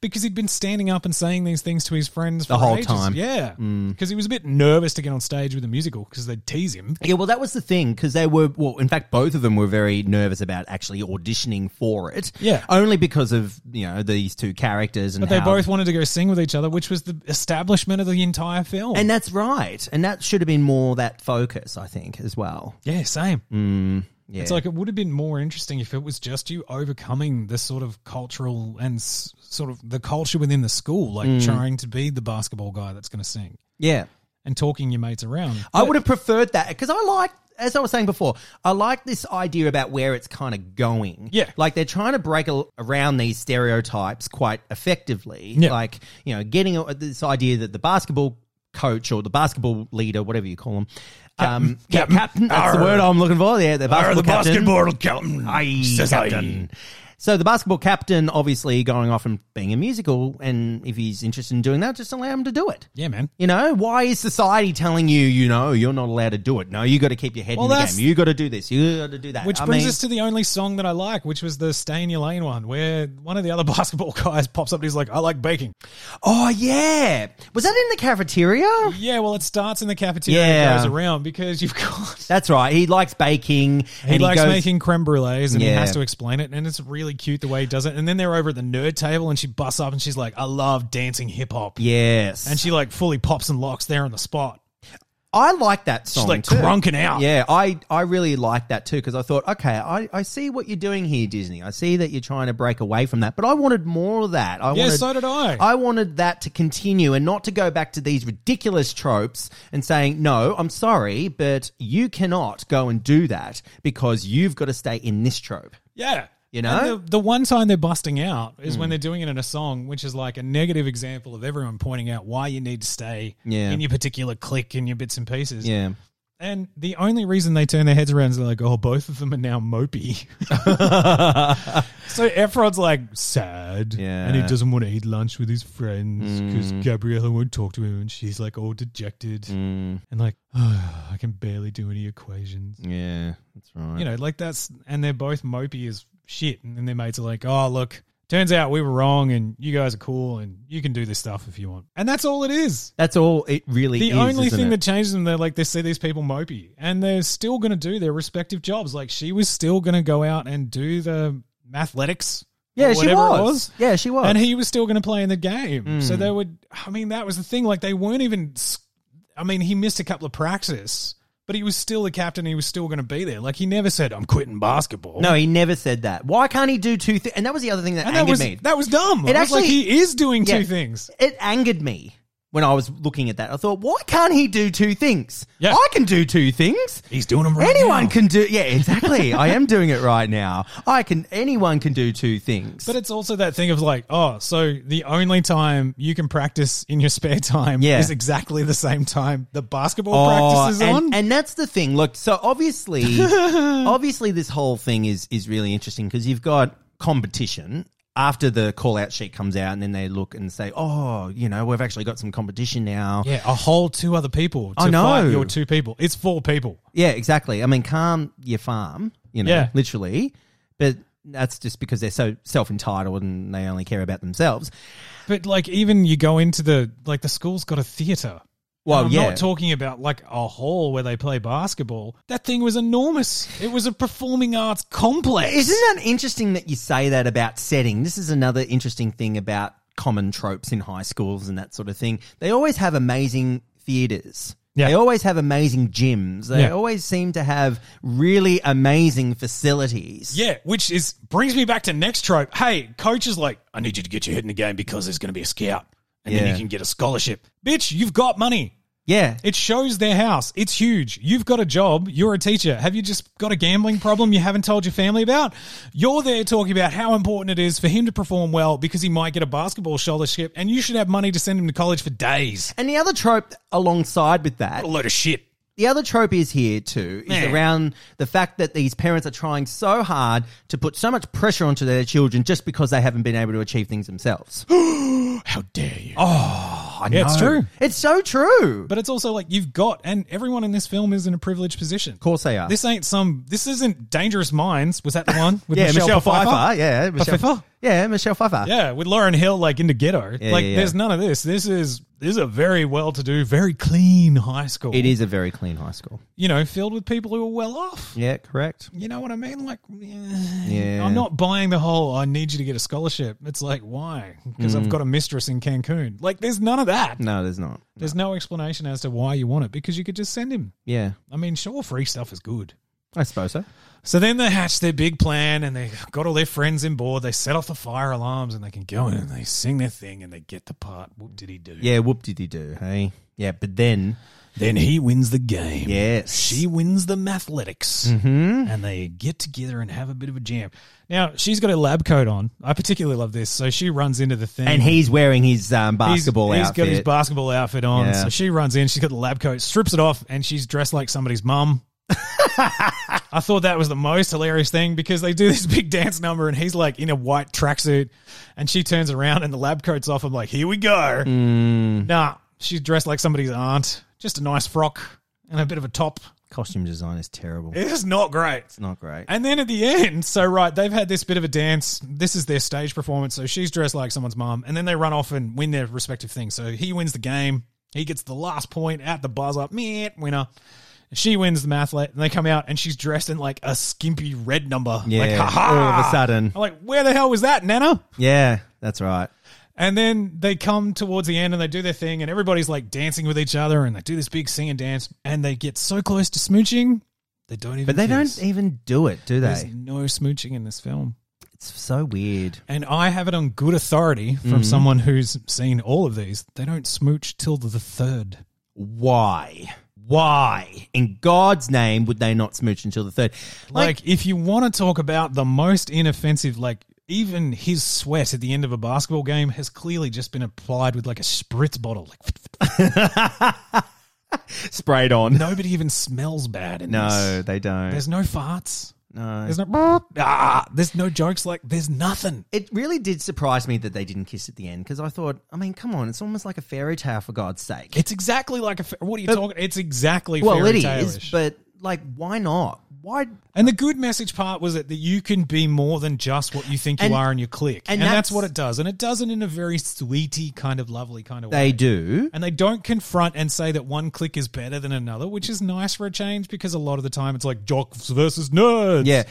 Speaker 2: Because he'd been standing up and saying these things to his friends for
Speaker 1: The whole
Speaker 2: ages.
Speaker 1: time. Mm.
Speaker 2: Yeah, because he was a bit nervous to get on stage with a musical because they'd tease him.
Speaker 1: Yeah, well, that was the thing because they were. Well, in fact, both of them were very nervous about actually auditioning for it.
Speaker 2: Yeah.
Speaker 1: only because of you know these two characters and
Speaker 2: But they
Speaker 1: how-
Speaker 2: both wanted to go sing with each other, which was the establishment of the entire film.
Speaker 1: And that's right, and that should have been more that focus, I think, as well.
Speaker 2: yeah, same.
Speaker 1: Mm, Yeah,
Speaker 2: It's like it would have been more interesting if it was just you overcoming the sort of cultural and s- sort of the culture within the school, like
Speaker 1: Mm.
Speaker 2: trying to be the basketball guy that's going to sing
Speaker 1: yeah.
Speaker 2: and talking your mates around.
Speaker 1: I would have preferred that because I like, as I was saying before, I like this idea about where it's kind of going.
Speaker 2: Yeah.
Speaker 1: Like they're trying to break a, around these stereotypes quite effectively.
Speaker 2: Yeah.
Speaker 1: Like, you know, getting a, this idea that the basketball coach or the basketball leader, whatever you call him. Um, yeah,
Speaker 2: Captain.
Speaker 1: captain. That's the
Speaker 2: Arr.
Speaker 1: word I'm looking for. Yeah, the basketball captain.
Speaker 2: captain.
Speaker 1: Aye, captain. So the basketball captain, obviously going off and being a musical, and if he's interested in doing that, just allow him to do it.
Speaker 2: Yeah, man.
Speaker 1: You know, why is society telling you, you know, you're not allowed to do it? No, you got to keep your head
Speaker 2: Well,
Speaker 1: in the
Speaker 2: that's-
Speaker 1: game. You got to do this. You got to do that.
Speaker 2: Which
Speaker 1: I
Speaker 2: brings
Speaker 1: mean-
Speaker 2: us to the only song that I like, which was the "Stay in Your Lane" one, where one of the other basketball guys pops up and he's like, "I like baking."
Speaker 1: oh yeah, was that in the cafeteria?
Speaker 2: Yeah, well, it starts in the cafeteria
Speaker 1: Yeah.
Speaker 2: and goes around because you've got
Speaker 1: That's right. He likes baking.
Speaker 2: He
Speaker 1: and
Speaker 2: likes
Speaker 1: he goes,
Speaker 2: making creme brulees and he
Speaker 1: Yeah.
Speaker 2: has to explain it. And it's really cute the way he does it. And then they're over at the nerd table and she busts up and she's like, I love dancing hip hop.
Speaker 1: Yes,
Speaker 2: And she like fully pops and locks there on the spot.
Speaker 1: I like that song.
Speaker 2: like
Speaker 1: too.
Speaker 2: crunking out.
Speaker 1: Yeah, I, I really like that too because I thought, okay, I, I see what you're doing here, Disney. I see that you're trying to break away from that, but I wanted more of that. I
Speaker 2: Yeah,
Speaker 1: wanted,
Speaker 2: so did I.
Speaker 1: I wanted that to continue and not to go back to these ridiculous tropes and saying, no, I'm sorry, but you cannot go and do that because you've got to stay in this trope.
Speaker 2: Yeah.
Speaker 1: You know? Hmm.
Speaker 2: And the, the one time they're busting out is when they're doing it in a song, which is like a negative example of everyone pointing out why you need to stay
Speaker 1: Yeah.
Speaker 2: in your particular clique and your bits and pieces.
Speaker 1: Yeah.
Speaker 2: And the only reason they turn their heads around is they're like, oh, both of them are now mopey. so Efrod's like sad.
Speaker 1: Yeah.
Speaker 2: And he doesn't want to eat lunch with his friends because Gabriella won't talk to him and she's like all dejected and like, oh, I can barely do any equations.
Speaker 1: Yeah, that's right.
Speaker 2: You know, like that's, and they're both mopey as shit. And then their mates are like, oh, look, turns out we were wrong and you guys are cool and you can do this stuff if you want. And that's all it is.
Speaker 1: that's all it really
Speaker 2: The
Speaker 1: is.
Speaker 2: only
Speaker 1: isn't
Speaker 2: thing
Speaker 1: it?
Speaker 2: that changes them, they're like they see these people mopey, and they're still going to do their respective jobs. Like she was still going to go out and do the mathletics, or
Speaker 1: yeah, she
Speaker 2: whatever it
Speaker 1: was. Yeah, she was. Hmm.
Speaker 2: and he was still going to play in the game. So they would. I mean, that was the thing. Like they weren't even. s- I mean, he missed a couple of practice, but he was still the captain. He was still going to be there. Like he never said, "I'm quitting basketball."
Speaker 1: no, he never said that. Why can't he do two things? And that was the other thing that
Speaker 2: and that
Speaker 1: angered
Speaker 2: was
Speaker 1: me.
Speaker 2: that was dumb.
Speaker 1: It
Speaker 2: It was like
Speaker 1: actually-
Speaker 2: he is doing
Speaker 1: Yeah.
Speaker 2: two things.
Speaker 1: it angered me when I was looking at that. I thought, why can't he do two things?
Speaker 2: Yeah.
Speaker 1: I can do two things.
Speaker 2: He's doing them right.
Speaker 1: Anyone
Speaker 2: now.
Speaker 1: can do. Yeah, exactly. I am doing it right now. I can. Anyone can do two things.
Speaker 2: But it's also that thing of like, oh, so the only time you can practice in your spare time
Speaker 1: Yeah. Oh,
Speaker 2: is exactly the same time the basketball practice is
Speaker 1: and,
Speaker 2: on.
Speaker 1: and that's the thing. Look, so obviously, obviously, this whole thing is is really interesting because you've got competition after the call out sheet comes out, and then they look and say, "Oh, you know, we've actually got some competition now."
Speaker 2: yeah, a whole two other people to
Speaker 1: I know.
Speaker 2: fight your two people. It's four people.
Speaker 1: Yeah, exactly. I mean, calm your farm, you know,
Speaker 2: Yeah.
Speaker 1: literally. But that's just because they're so self entitled and they only care about themselves.
Speaker 2: But like even you go into the like the school's got a theater.
Speaker 1: Well,
Speaker 2: I'm
Speaker 1: yeah.
Speaker 2: not talking about like a hall where they play basketball. That thing was enormous. It was a performing arts complex.
Speaker 1: Isn't that interesting that you say that about setting? This is another interesting thing about common tropes in high schools and that sort of thing. They always have amazing theaters.
Speaker 2: Yeah.
Speaker 1: They always have amazing gyms. They
Speaker 2: Yeah.
Speaker 1: always seem to have really amazing facilities.
Speaker 2: Yeah, which is brings me back to next trope. Hey, coach is like, I need you to get your head in the game because there's going to be a scout, and then
Speaker 1: Yeah.
Speaker 2: you can get a scholarship. Bitch, you've got money.
Speaker 1: Yeah.
Speaker 2: It shows their house. It's huge. You've got a job. You're a teacher. Have you just got a gambling problem you haven't told your family about? You're there talking about how important it is for him to perform well because he might get a basketball scholarship, and you should have money to send him to college for days.
Speaker 1: And the other trope alongside with that
Speaker 2: A load of shit.
Speaker 1: the other trope is here too is
Speaker 2: Yeah.
Speaker 1: around the fact that these parents are trying so hard to put so much pressure onto their children just because they haven't been able to achieve things themselves.
Speaker 2: How dare you? Oh, yeah, it's
Speaker 1: No.
Speaker 2: true.
Speaker 1: It's so true. But
Speaker 2: But it's also like you've got, and everyone in this film is in a privileged position.
Speaker 1: of course they are.
Speaker 2: This ain't some. This isn't Dangerous Minds. Was that the one with
Speaker 1: yeah,
Speaker 2: Michelle, Pfeiffer?
Speaker 1: Yeah, Michelle
Speaker 2: Pfeiffer?
Speaker 1: Yeah, Michelle Pfeiffer.
Speaker 2: Yeah, with Lauren Hill like in the ghetto. like,
Speaker 1: yeah, yeah.
Speaker 2: there's none of this. This is this is a very well-to-do, very clean high school.
Speaker 1: It is a very clean high school.
Speaker 2: you know, filled with people who are well off.
Speaker 1: Yeah, correct.
Speaker 2: You know what I mean? Like,
Speaker 1: Yeah.
Speaker 2: I'm not buying the whole. I need you to get a scholarship. It's like, why? Because I've got a mistress in Cancun. Like, there's none of that.
Speaker 1: Mm. No, there's not.
Speaker 2: There's no explanation as to why you want it because you could just send him.
Speaker 1: Yeah,
Speaker 2: I mean, sure, free stuff is good.
Speaker 1: I suppose so.
Speaker 2: So then they hatch their big plan and they got all their friends on board. They set off the fire alarms and they can go in and they sing their thing and they get the part. What did he do?
Speaker 1: Yeah, whoop did he do? Hey, yeah, but then
Speaker 2: Then he wins the game.
Speaker 1: Yes.
Speaker 2: She wins the mathletics.
Speaker 1: Mm-hmm.
Speaker 2: And they get together and have a bit of a jam. Now, she's got a lab coat on. I particularly love this. So she runs into the thing.
Speaker 1: And he's wearing his um,
Speaker 2: He's-
Speaker 1: basketball
Speaker 2: He's
Speaker 1: outfit.
Speaker 2: got his basketball outfit on.
Speaker 1: Yeah.
Speaker 2: So she runs in. She's got the lab coat, strips it off, and she's dressed like somebody's mum. I thought that was the most hilarious thing because they do this big dance number, and he's like in a white tracksuit, and she turns around, and the lab coat's off. I'm like, here we go.
Speaker 1: Mm.
Speaker 2: Nah, she's dressed like somebody's aunt. Just a nice frock and a bit of a top.
Speaker 1: Costume design is terrible. It's
Speaker 2: It is not great.
Speaker 1: not great.
Speaker 2: And then at the end, so right, they've had this bit of a dance. This is their stage performance. So she's dressed like someone's mom, and then they run off and win their respective things. So he wins the game. He gets the last point at the buzzer. Meh, winner. She wins the mathlete, and they come out, and she's dressed in like a skimpy red number.
Speaker 1: Yeah,
Speaker 2: like, ha-ha.
Speaker 1: all of a sudden.
Speaker 2: I'm like, where the hell was that, Nana?
Speaker 1: Yeah, that's right.
Speaker 2: And then they come towards the end and they do their thing, and everybody's like dancing with each other, and they do this big sing and dance, and they get so close to smooching, they don't even.
Speaker 1: But they
Speaker 2: kiss.
Speaker 1: don't even do it, do
Speaker 2: There's
Speaker 1: they?
Speaker 2: no smooching in this film.
Speaker 1: It's so weird.
Speaker 2: And I have it on good authority from
Speaker 1: Mm-hmm.
Speaker 2: someone who's seen all of these. They don't smooch till the third.
Speaker 1: Why? Why? In God's name would they not smooch until the third? Like,
Speaker 2: Like, if you want to talk about the most inoffensive, like even his sweat at the end of a basketball game has clearly just been applied with like a spritz bottle. Like
Speaker 1: sprayed on. No,
Speaker 2: nobody even smells bad in this.
Speaker 1: they don't.
Speaker 2: There's no farts.
Speaker 1: no.
Speaker 2: There's no ah, there's no jokes like there's nothing.
Speaker 1: it really did surprise me that they didn't kiss at the end because I thought, I mean, come on, it's almost like a fairy tale for God's sake.
Speaker 2: It's exactly like a fa- what are you talking? It's exactly
Speaker 1: well, it
Speaker 2: fairy
Speaker 1: is,
Speaker 2: tale-ish.
Speaker 1: but like, why not? Why?
Speaker 2: And the good message part was that, that you can be more than just what you think you
Speaker 1: And-
Speaker 2: are in your clique.
Speaker 1: and
Speaker 2: And, that's,
Speaker 1: that's-
Speaker 2: what it does. And it does it in a very sweetie, kind of lovely kind of way.
Speaker 1: They do.
Speaker 2: And they don't confront and say that one clique is better than another, which is nice for a change because a lot of the time it's like jocks versus nerds.
Speaker 1: Yeah,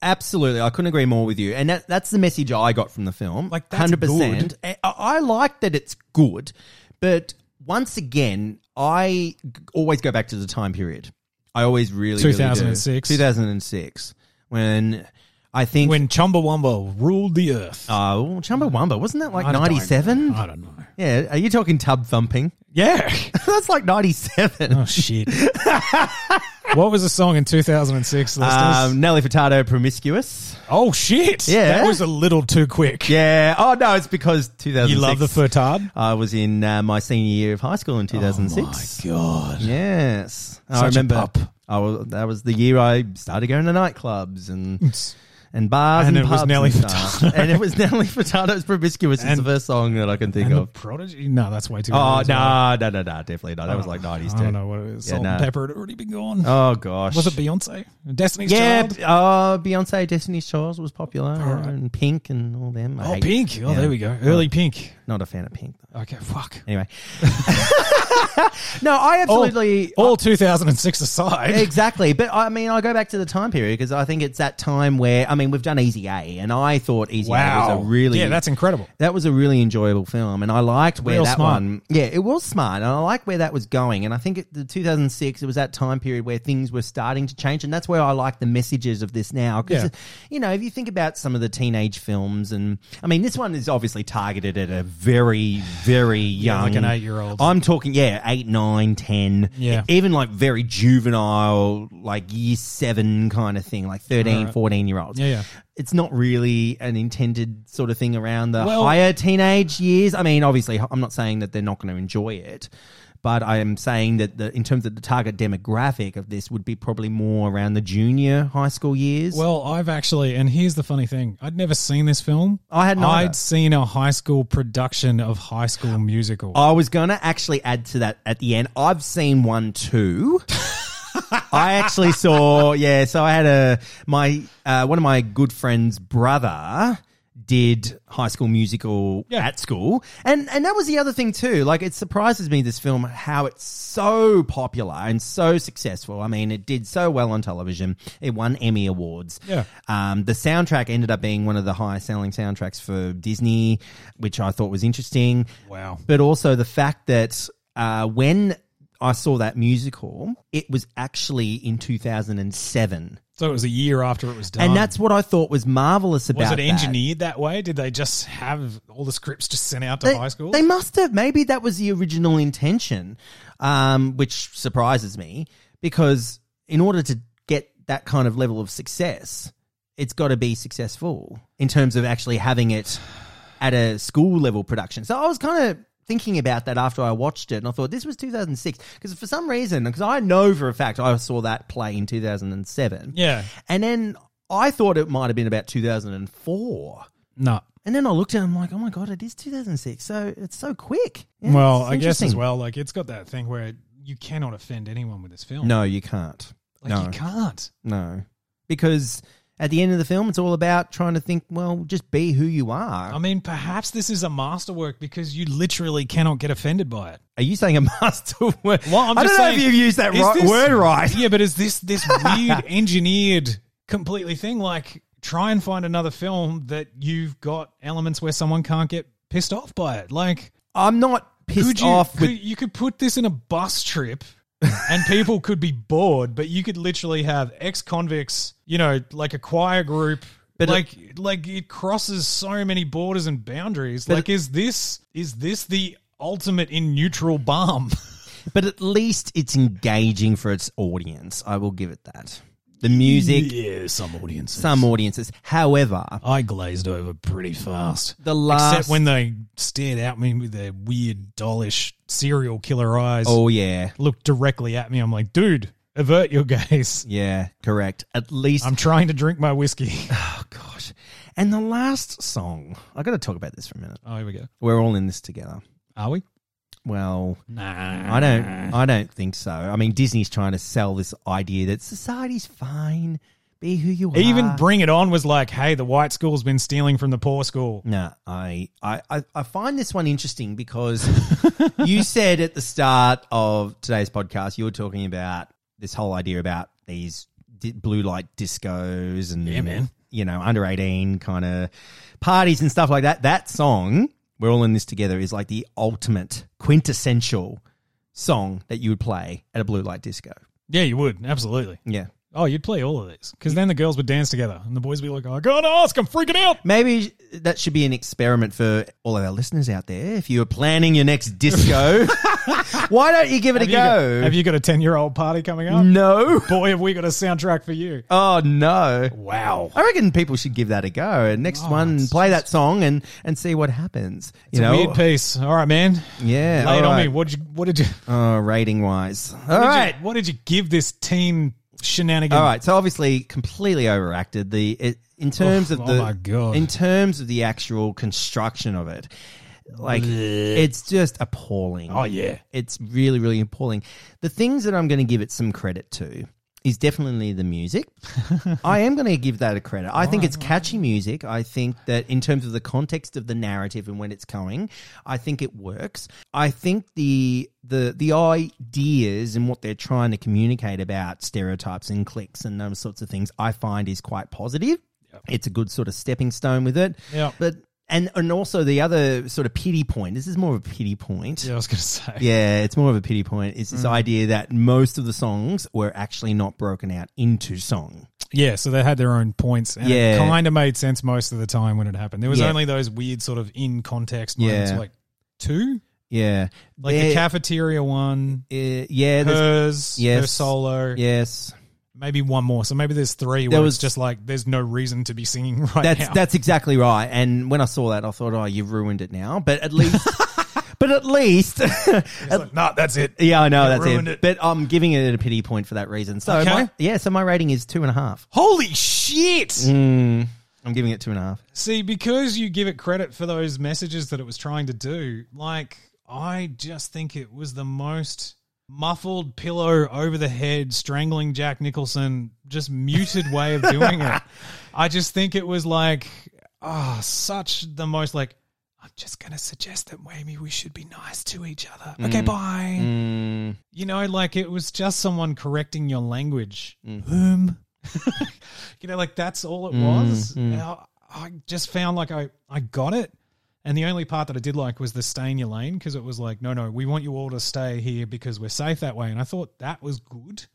Speaker 1: absolutely. I couldn't agree more with you. And that, that's the message I got from the film.
Speaker 2: Like, that's good.
Speaker 1: I, I like that it's good, but once again, I g- always go back to the time period. I always really, really do.
Speaker 2: 2006.
Speaker 1: 2006, when I think
Speaker 2: When Chumbawamba ruled the earth.
Speaker 1: Uh, well, Chumbawamba, wasn't that like
Speaker 2: I don't know.
Speaker 1: 97?
Speaker 2: I don't know.
Speaker 1: Yeah, are you talking tub thumping?
Speaker 2: Yeah.
Speaker 1: That's like 97.
Speaker 2: oh, shit. what was the song in 2006, listeners?
Speaker 1: um, Nelly Furtado, Promiscuous.
Speaker 2: oh, shit.
Speaker 1: yeah.
Speaker 2: That was a little too quick.
Speaker 1: Yeah. Oh, no, it's because 2006.
Speaker 2: You love the furtard?
Speaker 1: I was in uh, my senior year of high school in 2006.
Speaker 2: My Oh God.
Speaker 1: Yes. I
Speaker 2: Such a
Speaker 1: remember.
Speaker 2: pup.
Speaker 1: I was, that was the year I started going to nightclubs and and bars
Speaker 2: And
Speaker 1: and,
Speaker 2: it was
Speaker 1: pubs
Speaker 2: Nelly
Speaker 1: and stuff.
Speaker 2: Furtado.
Speaker 1: and it was Nelly Furtado's Promiscuous. it's the first song that I can think
Speaker 2: And the
Speaker 1: of.
Speaker 2: prodigy? No, that's way too.
Speaker 1: Oh,
Speaker 2: early as well.
Speaker 1: no, no, no, no, definitely not. That was like 90s,
Speaker 2: Oh, I don't
Speaker 1: too.
Speaker 2: know what it is.
Speaker 1: Yeah,
Speaker 2: Salt and
Speaker 1: no.
Speaker 2: Pepper had already been gone.
Speaker 1: Oh, gosh.
Speaker 2: was it Beyonce? Destiny's
Speaker 1: Yeah,
Speaker 2: Child.
Speaker 1: b- uh, Beyonce, Destiny's Child was popular,
Speaker 2: Alright.
Speaker 1: and Pink and all them. I
Speaker 2: Oh,
Speaker 1: hate-
Speaker 2: Pink. Oh,
Speaker 1: yeah.
Speaker 2: there we go. Early Pink.
Speaker 1: Not a fan of Pink. Though.
Speaker 2: Okay, fuck.
Speaker 1: Anyway, no, I
Speaker 2: All-
Speaker 1: absolutely
Speaker 2: All, 2006 aside,
Speaker 1: exactly. But I mean, I go back to the time period because I think it's that time where I mean we've done Easy A, and I thought Easy A
Speaker 2: wow.
Speaker 1: was a really
Speaker 2: yeah, that's incredible.
Speaker 1: that was a really enjoyable film, and I liked where
Speaker 2: Real
Speaker 1: that
Speaker 2: smart.
Speaker 1: one. Yeah, it was smart, and I like where that was going. And I think it, the 2006, it was that time period where things were starting to change, and that's where I like the messages of this now. Because
Speaker 2: Yeah.
Speaker 1: you know, if you think about some of the teenage films, and I mean, this one is obviously targeted at a very, very young,
Speaker 2: like an eight-year-old.
Speaker 1: I'm talking, yeah, eight, nine, ten, e,
Speaker 2: Yeah.
Speaker 1: even like very juvenile, like year seven kind of thing, like 13, 14 year olds
Speaker 2: Yeah, yeah.
Speaker 1: it's not really an intended sort of thing around the
Speaker 2: Well-
Speaker 1: higher teenage years. I mean, obviously, I'm not saying that they're not going to enjoy it, but I am saying that the, in terms of the target demographic of this would be probably more around the junior high school years.
Speaker 2: Well, I've actually, and here's the funny thing: I'd never seen this film.
Speaker 1: I hadn't either.
Speaker 2: I'd seen a high school production of High School Musical.
Speaker 1: I was going to actually add to that at the end. I've seen one too. I actually saw, yeah. So I had a my uh, one of my good friends' brother did High School Musical
Speaker 2: Yeah.
Speaker 1: at school, and and that was the other thing too. Like it surprises me this film how it's so popular and so successful. I mean, it did so well on television. It won Emmy awards.
Speaker 2: Yeah.
Speaker 1: Um, the soundtrack ended up being one of the highest selling soundtracks for Disney, which I thought was interesting
Speaker 2: wow.
Speaker 1: but also the fact that uh, when I saw that musical, it was actually in 2007.
Speaker 2: So it was a year after it was done.
Speaker 1: And that's what I thought was marvelous about
Speaker 2: Oh. was it
Speaker 1: that.
Speaker 2: engineered that. way? Did they just have all the scripts just sent out to
Speaker 1: They,
Speaker 2: high school?
Speaker 1: they must have. Maybe that was the original intention, um, which surprises me because in order to get that kind of level of success, it's got to be successful in terms of actually having it at a school level production. So I was kind of thinking about that after I watched it, and I thought this was 2006 because for some reason, because I know for a fact I saw that play in 2007.
Speaker 2: yeah.
Speaker 1: And then I thought it might have been about 2004.
Speaker 2: No.
Speaker 1: And then I looked at it, I'm like, oh my God, it is 2006. So it's so quick. Yeah,
Speaker 2: well,
Speaker 1: it's
Speaker 2: I guess as
Speaker 1: interesting.
Speaker 2: well, like it's got that thing where you cannot offend anyone with this film.
Speaker 1: No, you can't.
Speaker 2: Like
Speaker 1: no,
Speaker 2: you can't.
Speaker 1: no. Because at the end of the film, it's all about trying to think, well, just be who you are.
Speaker 2: I mean, perhaps this is a masterwork because you literally cannot get offended by it.
Speaker 1: are you saying a master word?
Speaker 2: Well, I'm
Speaker 1: I
Speaker 2: just
Speaker 1: don't know
Speaker 2: saying,
Speaker 1: if you've used that
Speaker 2: is
Speaker 1: right,
Speaker 2: this-
Speaker 1: word right.
Speaker 2: Yeah, but is this this weird engineered completely thing? Like, try and find another film that you've got elements where someone can't get pissed off by it. Like,
Speaker 1: I'm not pissed
Speaker 2: could you
Speaker 1: off with.
Speaker 2: could, you could put this in a bus trip and people could be bored, but you could literally have ex convicts, you know, like a choir group.
Speaker 1: But it-
Speaker 2: like like it crosses so many borders and boundaries.
Speaker 1: But
Speaker 2: Like is this is this the ultimate in neutral bomb?
Speaker 1: But at least it's engaging for its audience. I will give it that. The music,
Speaker 2: yeah, some audiences.
Speaker 1: some audiences. However,
Speaker 2: I glazed over pretty fast.
Speaker 1: the last.
Speaker 2: Except when they stared at me with their weird, dollish serial killer eyes.
Speaker 1: oh, yeah.
Speaker 2: Looked directly at me. I'm like, dude, avert your gaze.
Speaker 1: Yeah, correct. At least
Speaker 2: I'm trying to drink my whiskey.
Speaker 1: Oh gosh. And the last song, I got to talk about this for a minute.
Speaker 2: Oh, here we go.
Speaker 1: We're all in this together.
Speaker 2: Are we?
Speaker 1: Well,
Speaker 2: Nah.
Speaker 1: I don't I don't think so. I mean, Disney's trying to sell this idea that society's fine, be who you are.
Speaker 2: Even Bring It On was like, hey, the white school's been stealing from the poor school.
Speaker 1: No, I, I, I- I find this one interesting because you said at the start of today's podcast, you were talking about this whole idea about these di- blue light discos and,
Speaker 2: Yeah, man.
Speaker 1: you know, under 18 kind of parties and stuff like that. That song, We're All in This Together, is like the ultimate quintessential song that you would play at a blue light disco.
Speaker 2: Yeah, you would. Absolutely.
Speaker 1: Yeah.
Speaker 2: Oh, you'd play all of these. Because then the girls would dance together and the boys would be like, I gotta ask, I'm freaking out.
Speaker 1: Maybe that should be an experiment for all of our listeners out there. If you are planning your next disco, why don't you give it
Speaker 2: Have
Speaker 1: a
Speaker 2: you got,
Speaker 1: go? Mm.
Speaker 2: have you got a 10 year old party coming up?
Speaker 1: no.
Speaker 2: Boy, have we got a soundtrack for you.
Speaker 1: Oh no.
Speaker 2: Wow.
Speaker 1: I reckon people should give that a go. And next
Speaker 2: Oh,
Speaker 1: one,
Speaker 2: it's
Speaker 1: play that song and and see what happens.
Speaker 2: It's
Speaker 1: you
Speaker 2: a
Speaker 1: know,
Speaker 2: weird piece. All right, man.
Speaker 1: yeah.
Speaker 2: Lay it
Speaker 1: all
Speaker 2: on me.
Speaker 1: right.
Speaker 2: What did you? What did you?
Speaker 1: Oh, rating wise, all
Speaker 2: What did you-
Speaker 1: right.
Speaker 2: what did you give this teen shenanigan?
Speaker 1: All right, so obviously completely overacted. The it, in terms
Speaker 2: Oh,
Speaker 1: of
Speaker 2: oh
Speaker 1: the
Speaker 2: my God.
Speaker 1: in terms of the actual construction of it, like it's just appalling.
Speaker 2: Oh yeah.
Speaker 1: It's really, really appalling. The things that I'm going to give it some credit to is definitely the music. I am going to give that a credit. I think it's catchy music. I think that in terms of the context of the narrative and when it's going, I think it works. I think the the the ideas and what they're trying to communicate about stereotypes and cliques and those sorts of things, I find is quite positive. It's a good sort of stepping stone with it.
Speaker 2: Yep.
Speaker 1: But and and also the other sort of pity point. This is more of a pity point.
Speaker 2: Yeah, I was gonna say.
Speaker 1: Yeah, it's more of a pity point. It's
Speaker 2: Mm.
Speaker 1: this idea that most of the songs were actually not broken out into song.
Speaker 2: Yeah, so they had their own points, and
Speaker 1: Yeah.
Speaker 2: it kind of made sense most of the time when it happened. There was
Speaker 1: Yeah.
Speaker 2: only those weird sort of in context moments,
Speaker 1: Yeah.
Speaker 2: like two,
Speaker 1: Yeah,
Speaker 2: like the
Speaker 1: There-
Speaker 2: cafeteria one,
Speaker 1: uh, yeah, there's,
Speaker 2: hers, her
Speaker 1: yes.
Speaker 2: solo,
Speaker 1: yes.
Speaker 2: maybe one more. So maybe there's three. Where
Speaker 1: There
Speaker 2: was
Speaker 1: was-
Speaker 2: just like there's no reason to be singing right
Speaker 1: That's
Speaker 2: now.
Speaker 1: that's exactly right. And when I saw that, I thought, oh, you've ruined it now. But at least, but at least,
Speaker 2: It's like, nah, that's it.
Speaker 1: yeah, I know
Speaker 2: You
Speaker 1: that's it.
Speaker 2: ruined it.
Speaker 1: But I'm giving it a pity point for that reason. So
Speaker 2: Okay.
Speaker 1: my, yeah, so my rating is two and a half.
Speaker 2: Holy shit!
Speaker 1: Mm, I'm giving it two and a half.
Speaker 2: See, because you give it credit for those messages that it was trying to do, like, I just think it was the most muffled pillow over the head, strangling Jack Nicholson, just muted way of doing it. I just think it was like, ah, such the most like, I'm just going to suggest that maybe we should be nice to each other. Okay, bye.
Speaker 1: Mm,
Speaker 2: You know, like it was just someone correcting your language. Whom? you know, like that's all it
Speaker 1: Mm,
Speaker 2: was. And I, I just found like I, I got it. And the only part that I did like was the stay in your lane because it was like, no, no, we want you all to stay here
Speaker 1: Mm-hmm.
Speaker 2: because we're safe that way. And I thought that was good.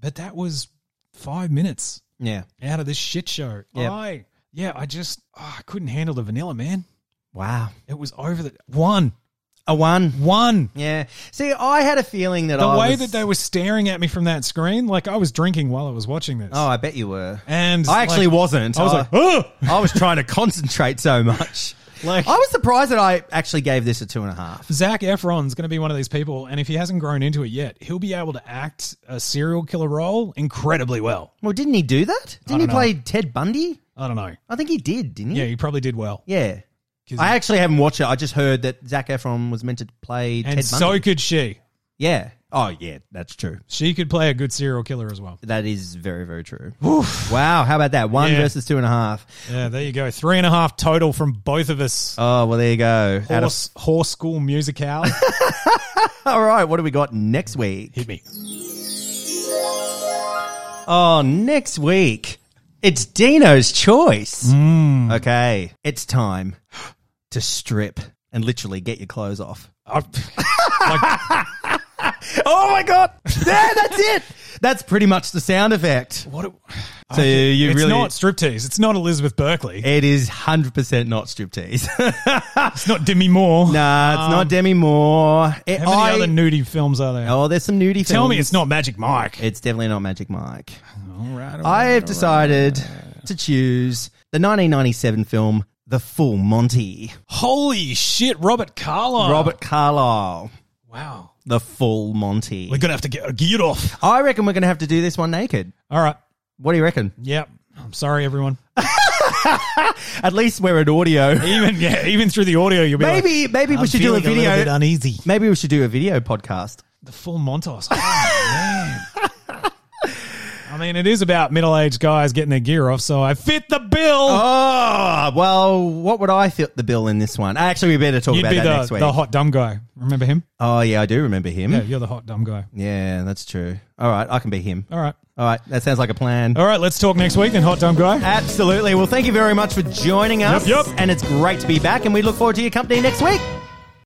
Speaker 2: But that was five minutes.
Speaker 1: Yeah.
Speaker 2: out of this shit show.
Speaker 1: Yeah.
Speaker 2: I, yeah, I just ah, I couldn't handle the vanilla, man.
Speaker 1: Wow.
Speaker 2: It was over the one,
Speaker 1: A one.
Speaker 2: one.
Speaker 1: Yeah. See, I had a feeling that
Speaker 2: The
Speaker 1: I
Speaker 2: way
Speaker 1: was-
Speaker 2: that they were staring at me from that screen, like I was drinking while I was watching this.
Speaker 1: Oh, I bet you were.
Speaker 2: and
Speaker 1: I actually
Speaker 2: like,
Speaker 1: wasn't.
Speaker 2: I was like, oh,
Speaker 1: I was trying to concentrate so much.
Speaker 2: Like-
Speaker 1: I was surprised that I actually gave this a two and a half.
Speaker 2: Zach Efron's going to be one of these people, and if he hasn't grown into it yet, he'll be able to act a serial killer role incredibly well.
Speaker 1: Well, didn't he do that? Didn't he
Speaker 2: don't know.
Speaker 1: play Ted Bundy?
Speaker 2: I don't know.
Speaker 1: I think he did, didn't he?
Speaker 2: Yeah, he probably did well.
Speaker 1: Yeah.
Speaker 2: 'Cause
Speaker 1: I
Speaker 2: he-
Speaker 1: actually haven't watched it. I just heard that Zach Efron was meant to play Ted
Speaker 2: and
Speaker 1: Bundy.
Speaker 2: so could she.
Speaker 1: yeah. Oh, yeah, that's true.
Speaker 2: She could play a good serial killer as well.
Speaker 1: That is very, very true. Wow, how about that? One
Speaker 2: Yeah.
Speaker 1: versus two and a half.
Speaker 2: Yeah, there you go. Three and a half total from both of us.
Speaker 1: Oh, well, there you go. Out of-
Speaker 2: horse, horse school musicale.
Speaker 1: all right, what do we got next week?
Speaker 2: Hit me.
Speaker 1: Oh, next week, it's Dino's choice. Hmm. Okay, it's time to strip and literally get your clothes off.
Speaker 2: I,
Speaker 1: Oh my god! There, that's it. That's pretty much the sound effect.
Speaker 2: what? a-
Speaker 1: So you
Speaker 2: it's
Speaker 1: really.
Speaker 2: not striptease. It's not Elizabeth Berkley.
Speaker 1: it is 100% not striptease. Um,
Speaker 2: It's not Demi Moore.
Speaker 1: nah, it's not Demi Moore. It-
Speaker 2: How many
Speaker 1: I-
Speaker 2: other nudie films are there?
Speaker 1: oh, there's some nudie
Speaker 2: Tell me
Speaker 1: films.
Speaker 2: it's not Magic Mike.
Speaker 1: It's definitely not Magic Mike.
Speaker 2: all right, all right.
Speaker 1: I have decided to choose the 1997 film The Full Monty.
Speaker 2: Holy shit, Robert Carlyle.
Speaker 1: Robert Carlyle,
Speaker 2: Wow.
Speaker 1: The Full Monty.
Speaker 2: We're going to have to get a geared off.
Speaker 1: I reckon we're going to have to do this one naked.
Speaker 2: All right.
Speaker 1: What do you reckon?
Speaker 2: Yep. I'm sorry, everyone.
Speaker 1: At least we're at audio.
Speaker 2: Even yeah, even through the audio, you'll be like,
Speaker 1: Maybe, maybe we
Speaker 2: "I'm
Speaker 1: should do a uh,
Speaker 2: feeling little bit
Speaker 1: video.
Speaker 2: uneasy.
Speaker 1: Maybe we should do a video podcast.
Speaker 2: The full Montos. Oh, man. I mean, it is about middle-aged guys getting their gear off, so I fit the bill.
Speaker 1: Oh well, what would I fit the bill in this one? Actually, we better talk
Speaker 2: You'd
Speaker 1: about
Speaker 2: be
Speaker 1: that
Speaker 2: the,
Speaker 1: next week.
Speaker 2: the hot dumb guy. Remember him?
Speaker 1: oh yeah, I do remember him.
Speaker 2: Yeah,
Speaker 1: Yeah.
Speaker 2: you're the hot dumb guy.
Speaker 1: that's true. All right, I can be him.
Speaker 2: All right.
Speaker 1: All right, that sounds like a plan.
Speaker 2: All right, let's talk next week then, hot dumb guy.
Speaker 1: Absolutely. Well, thank you very much for joining us.
Speaker 2: Yep, yep.
Speaker 1: And it's great to be back, and we look forward to your company next week.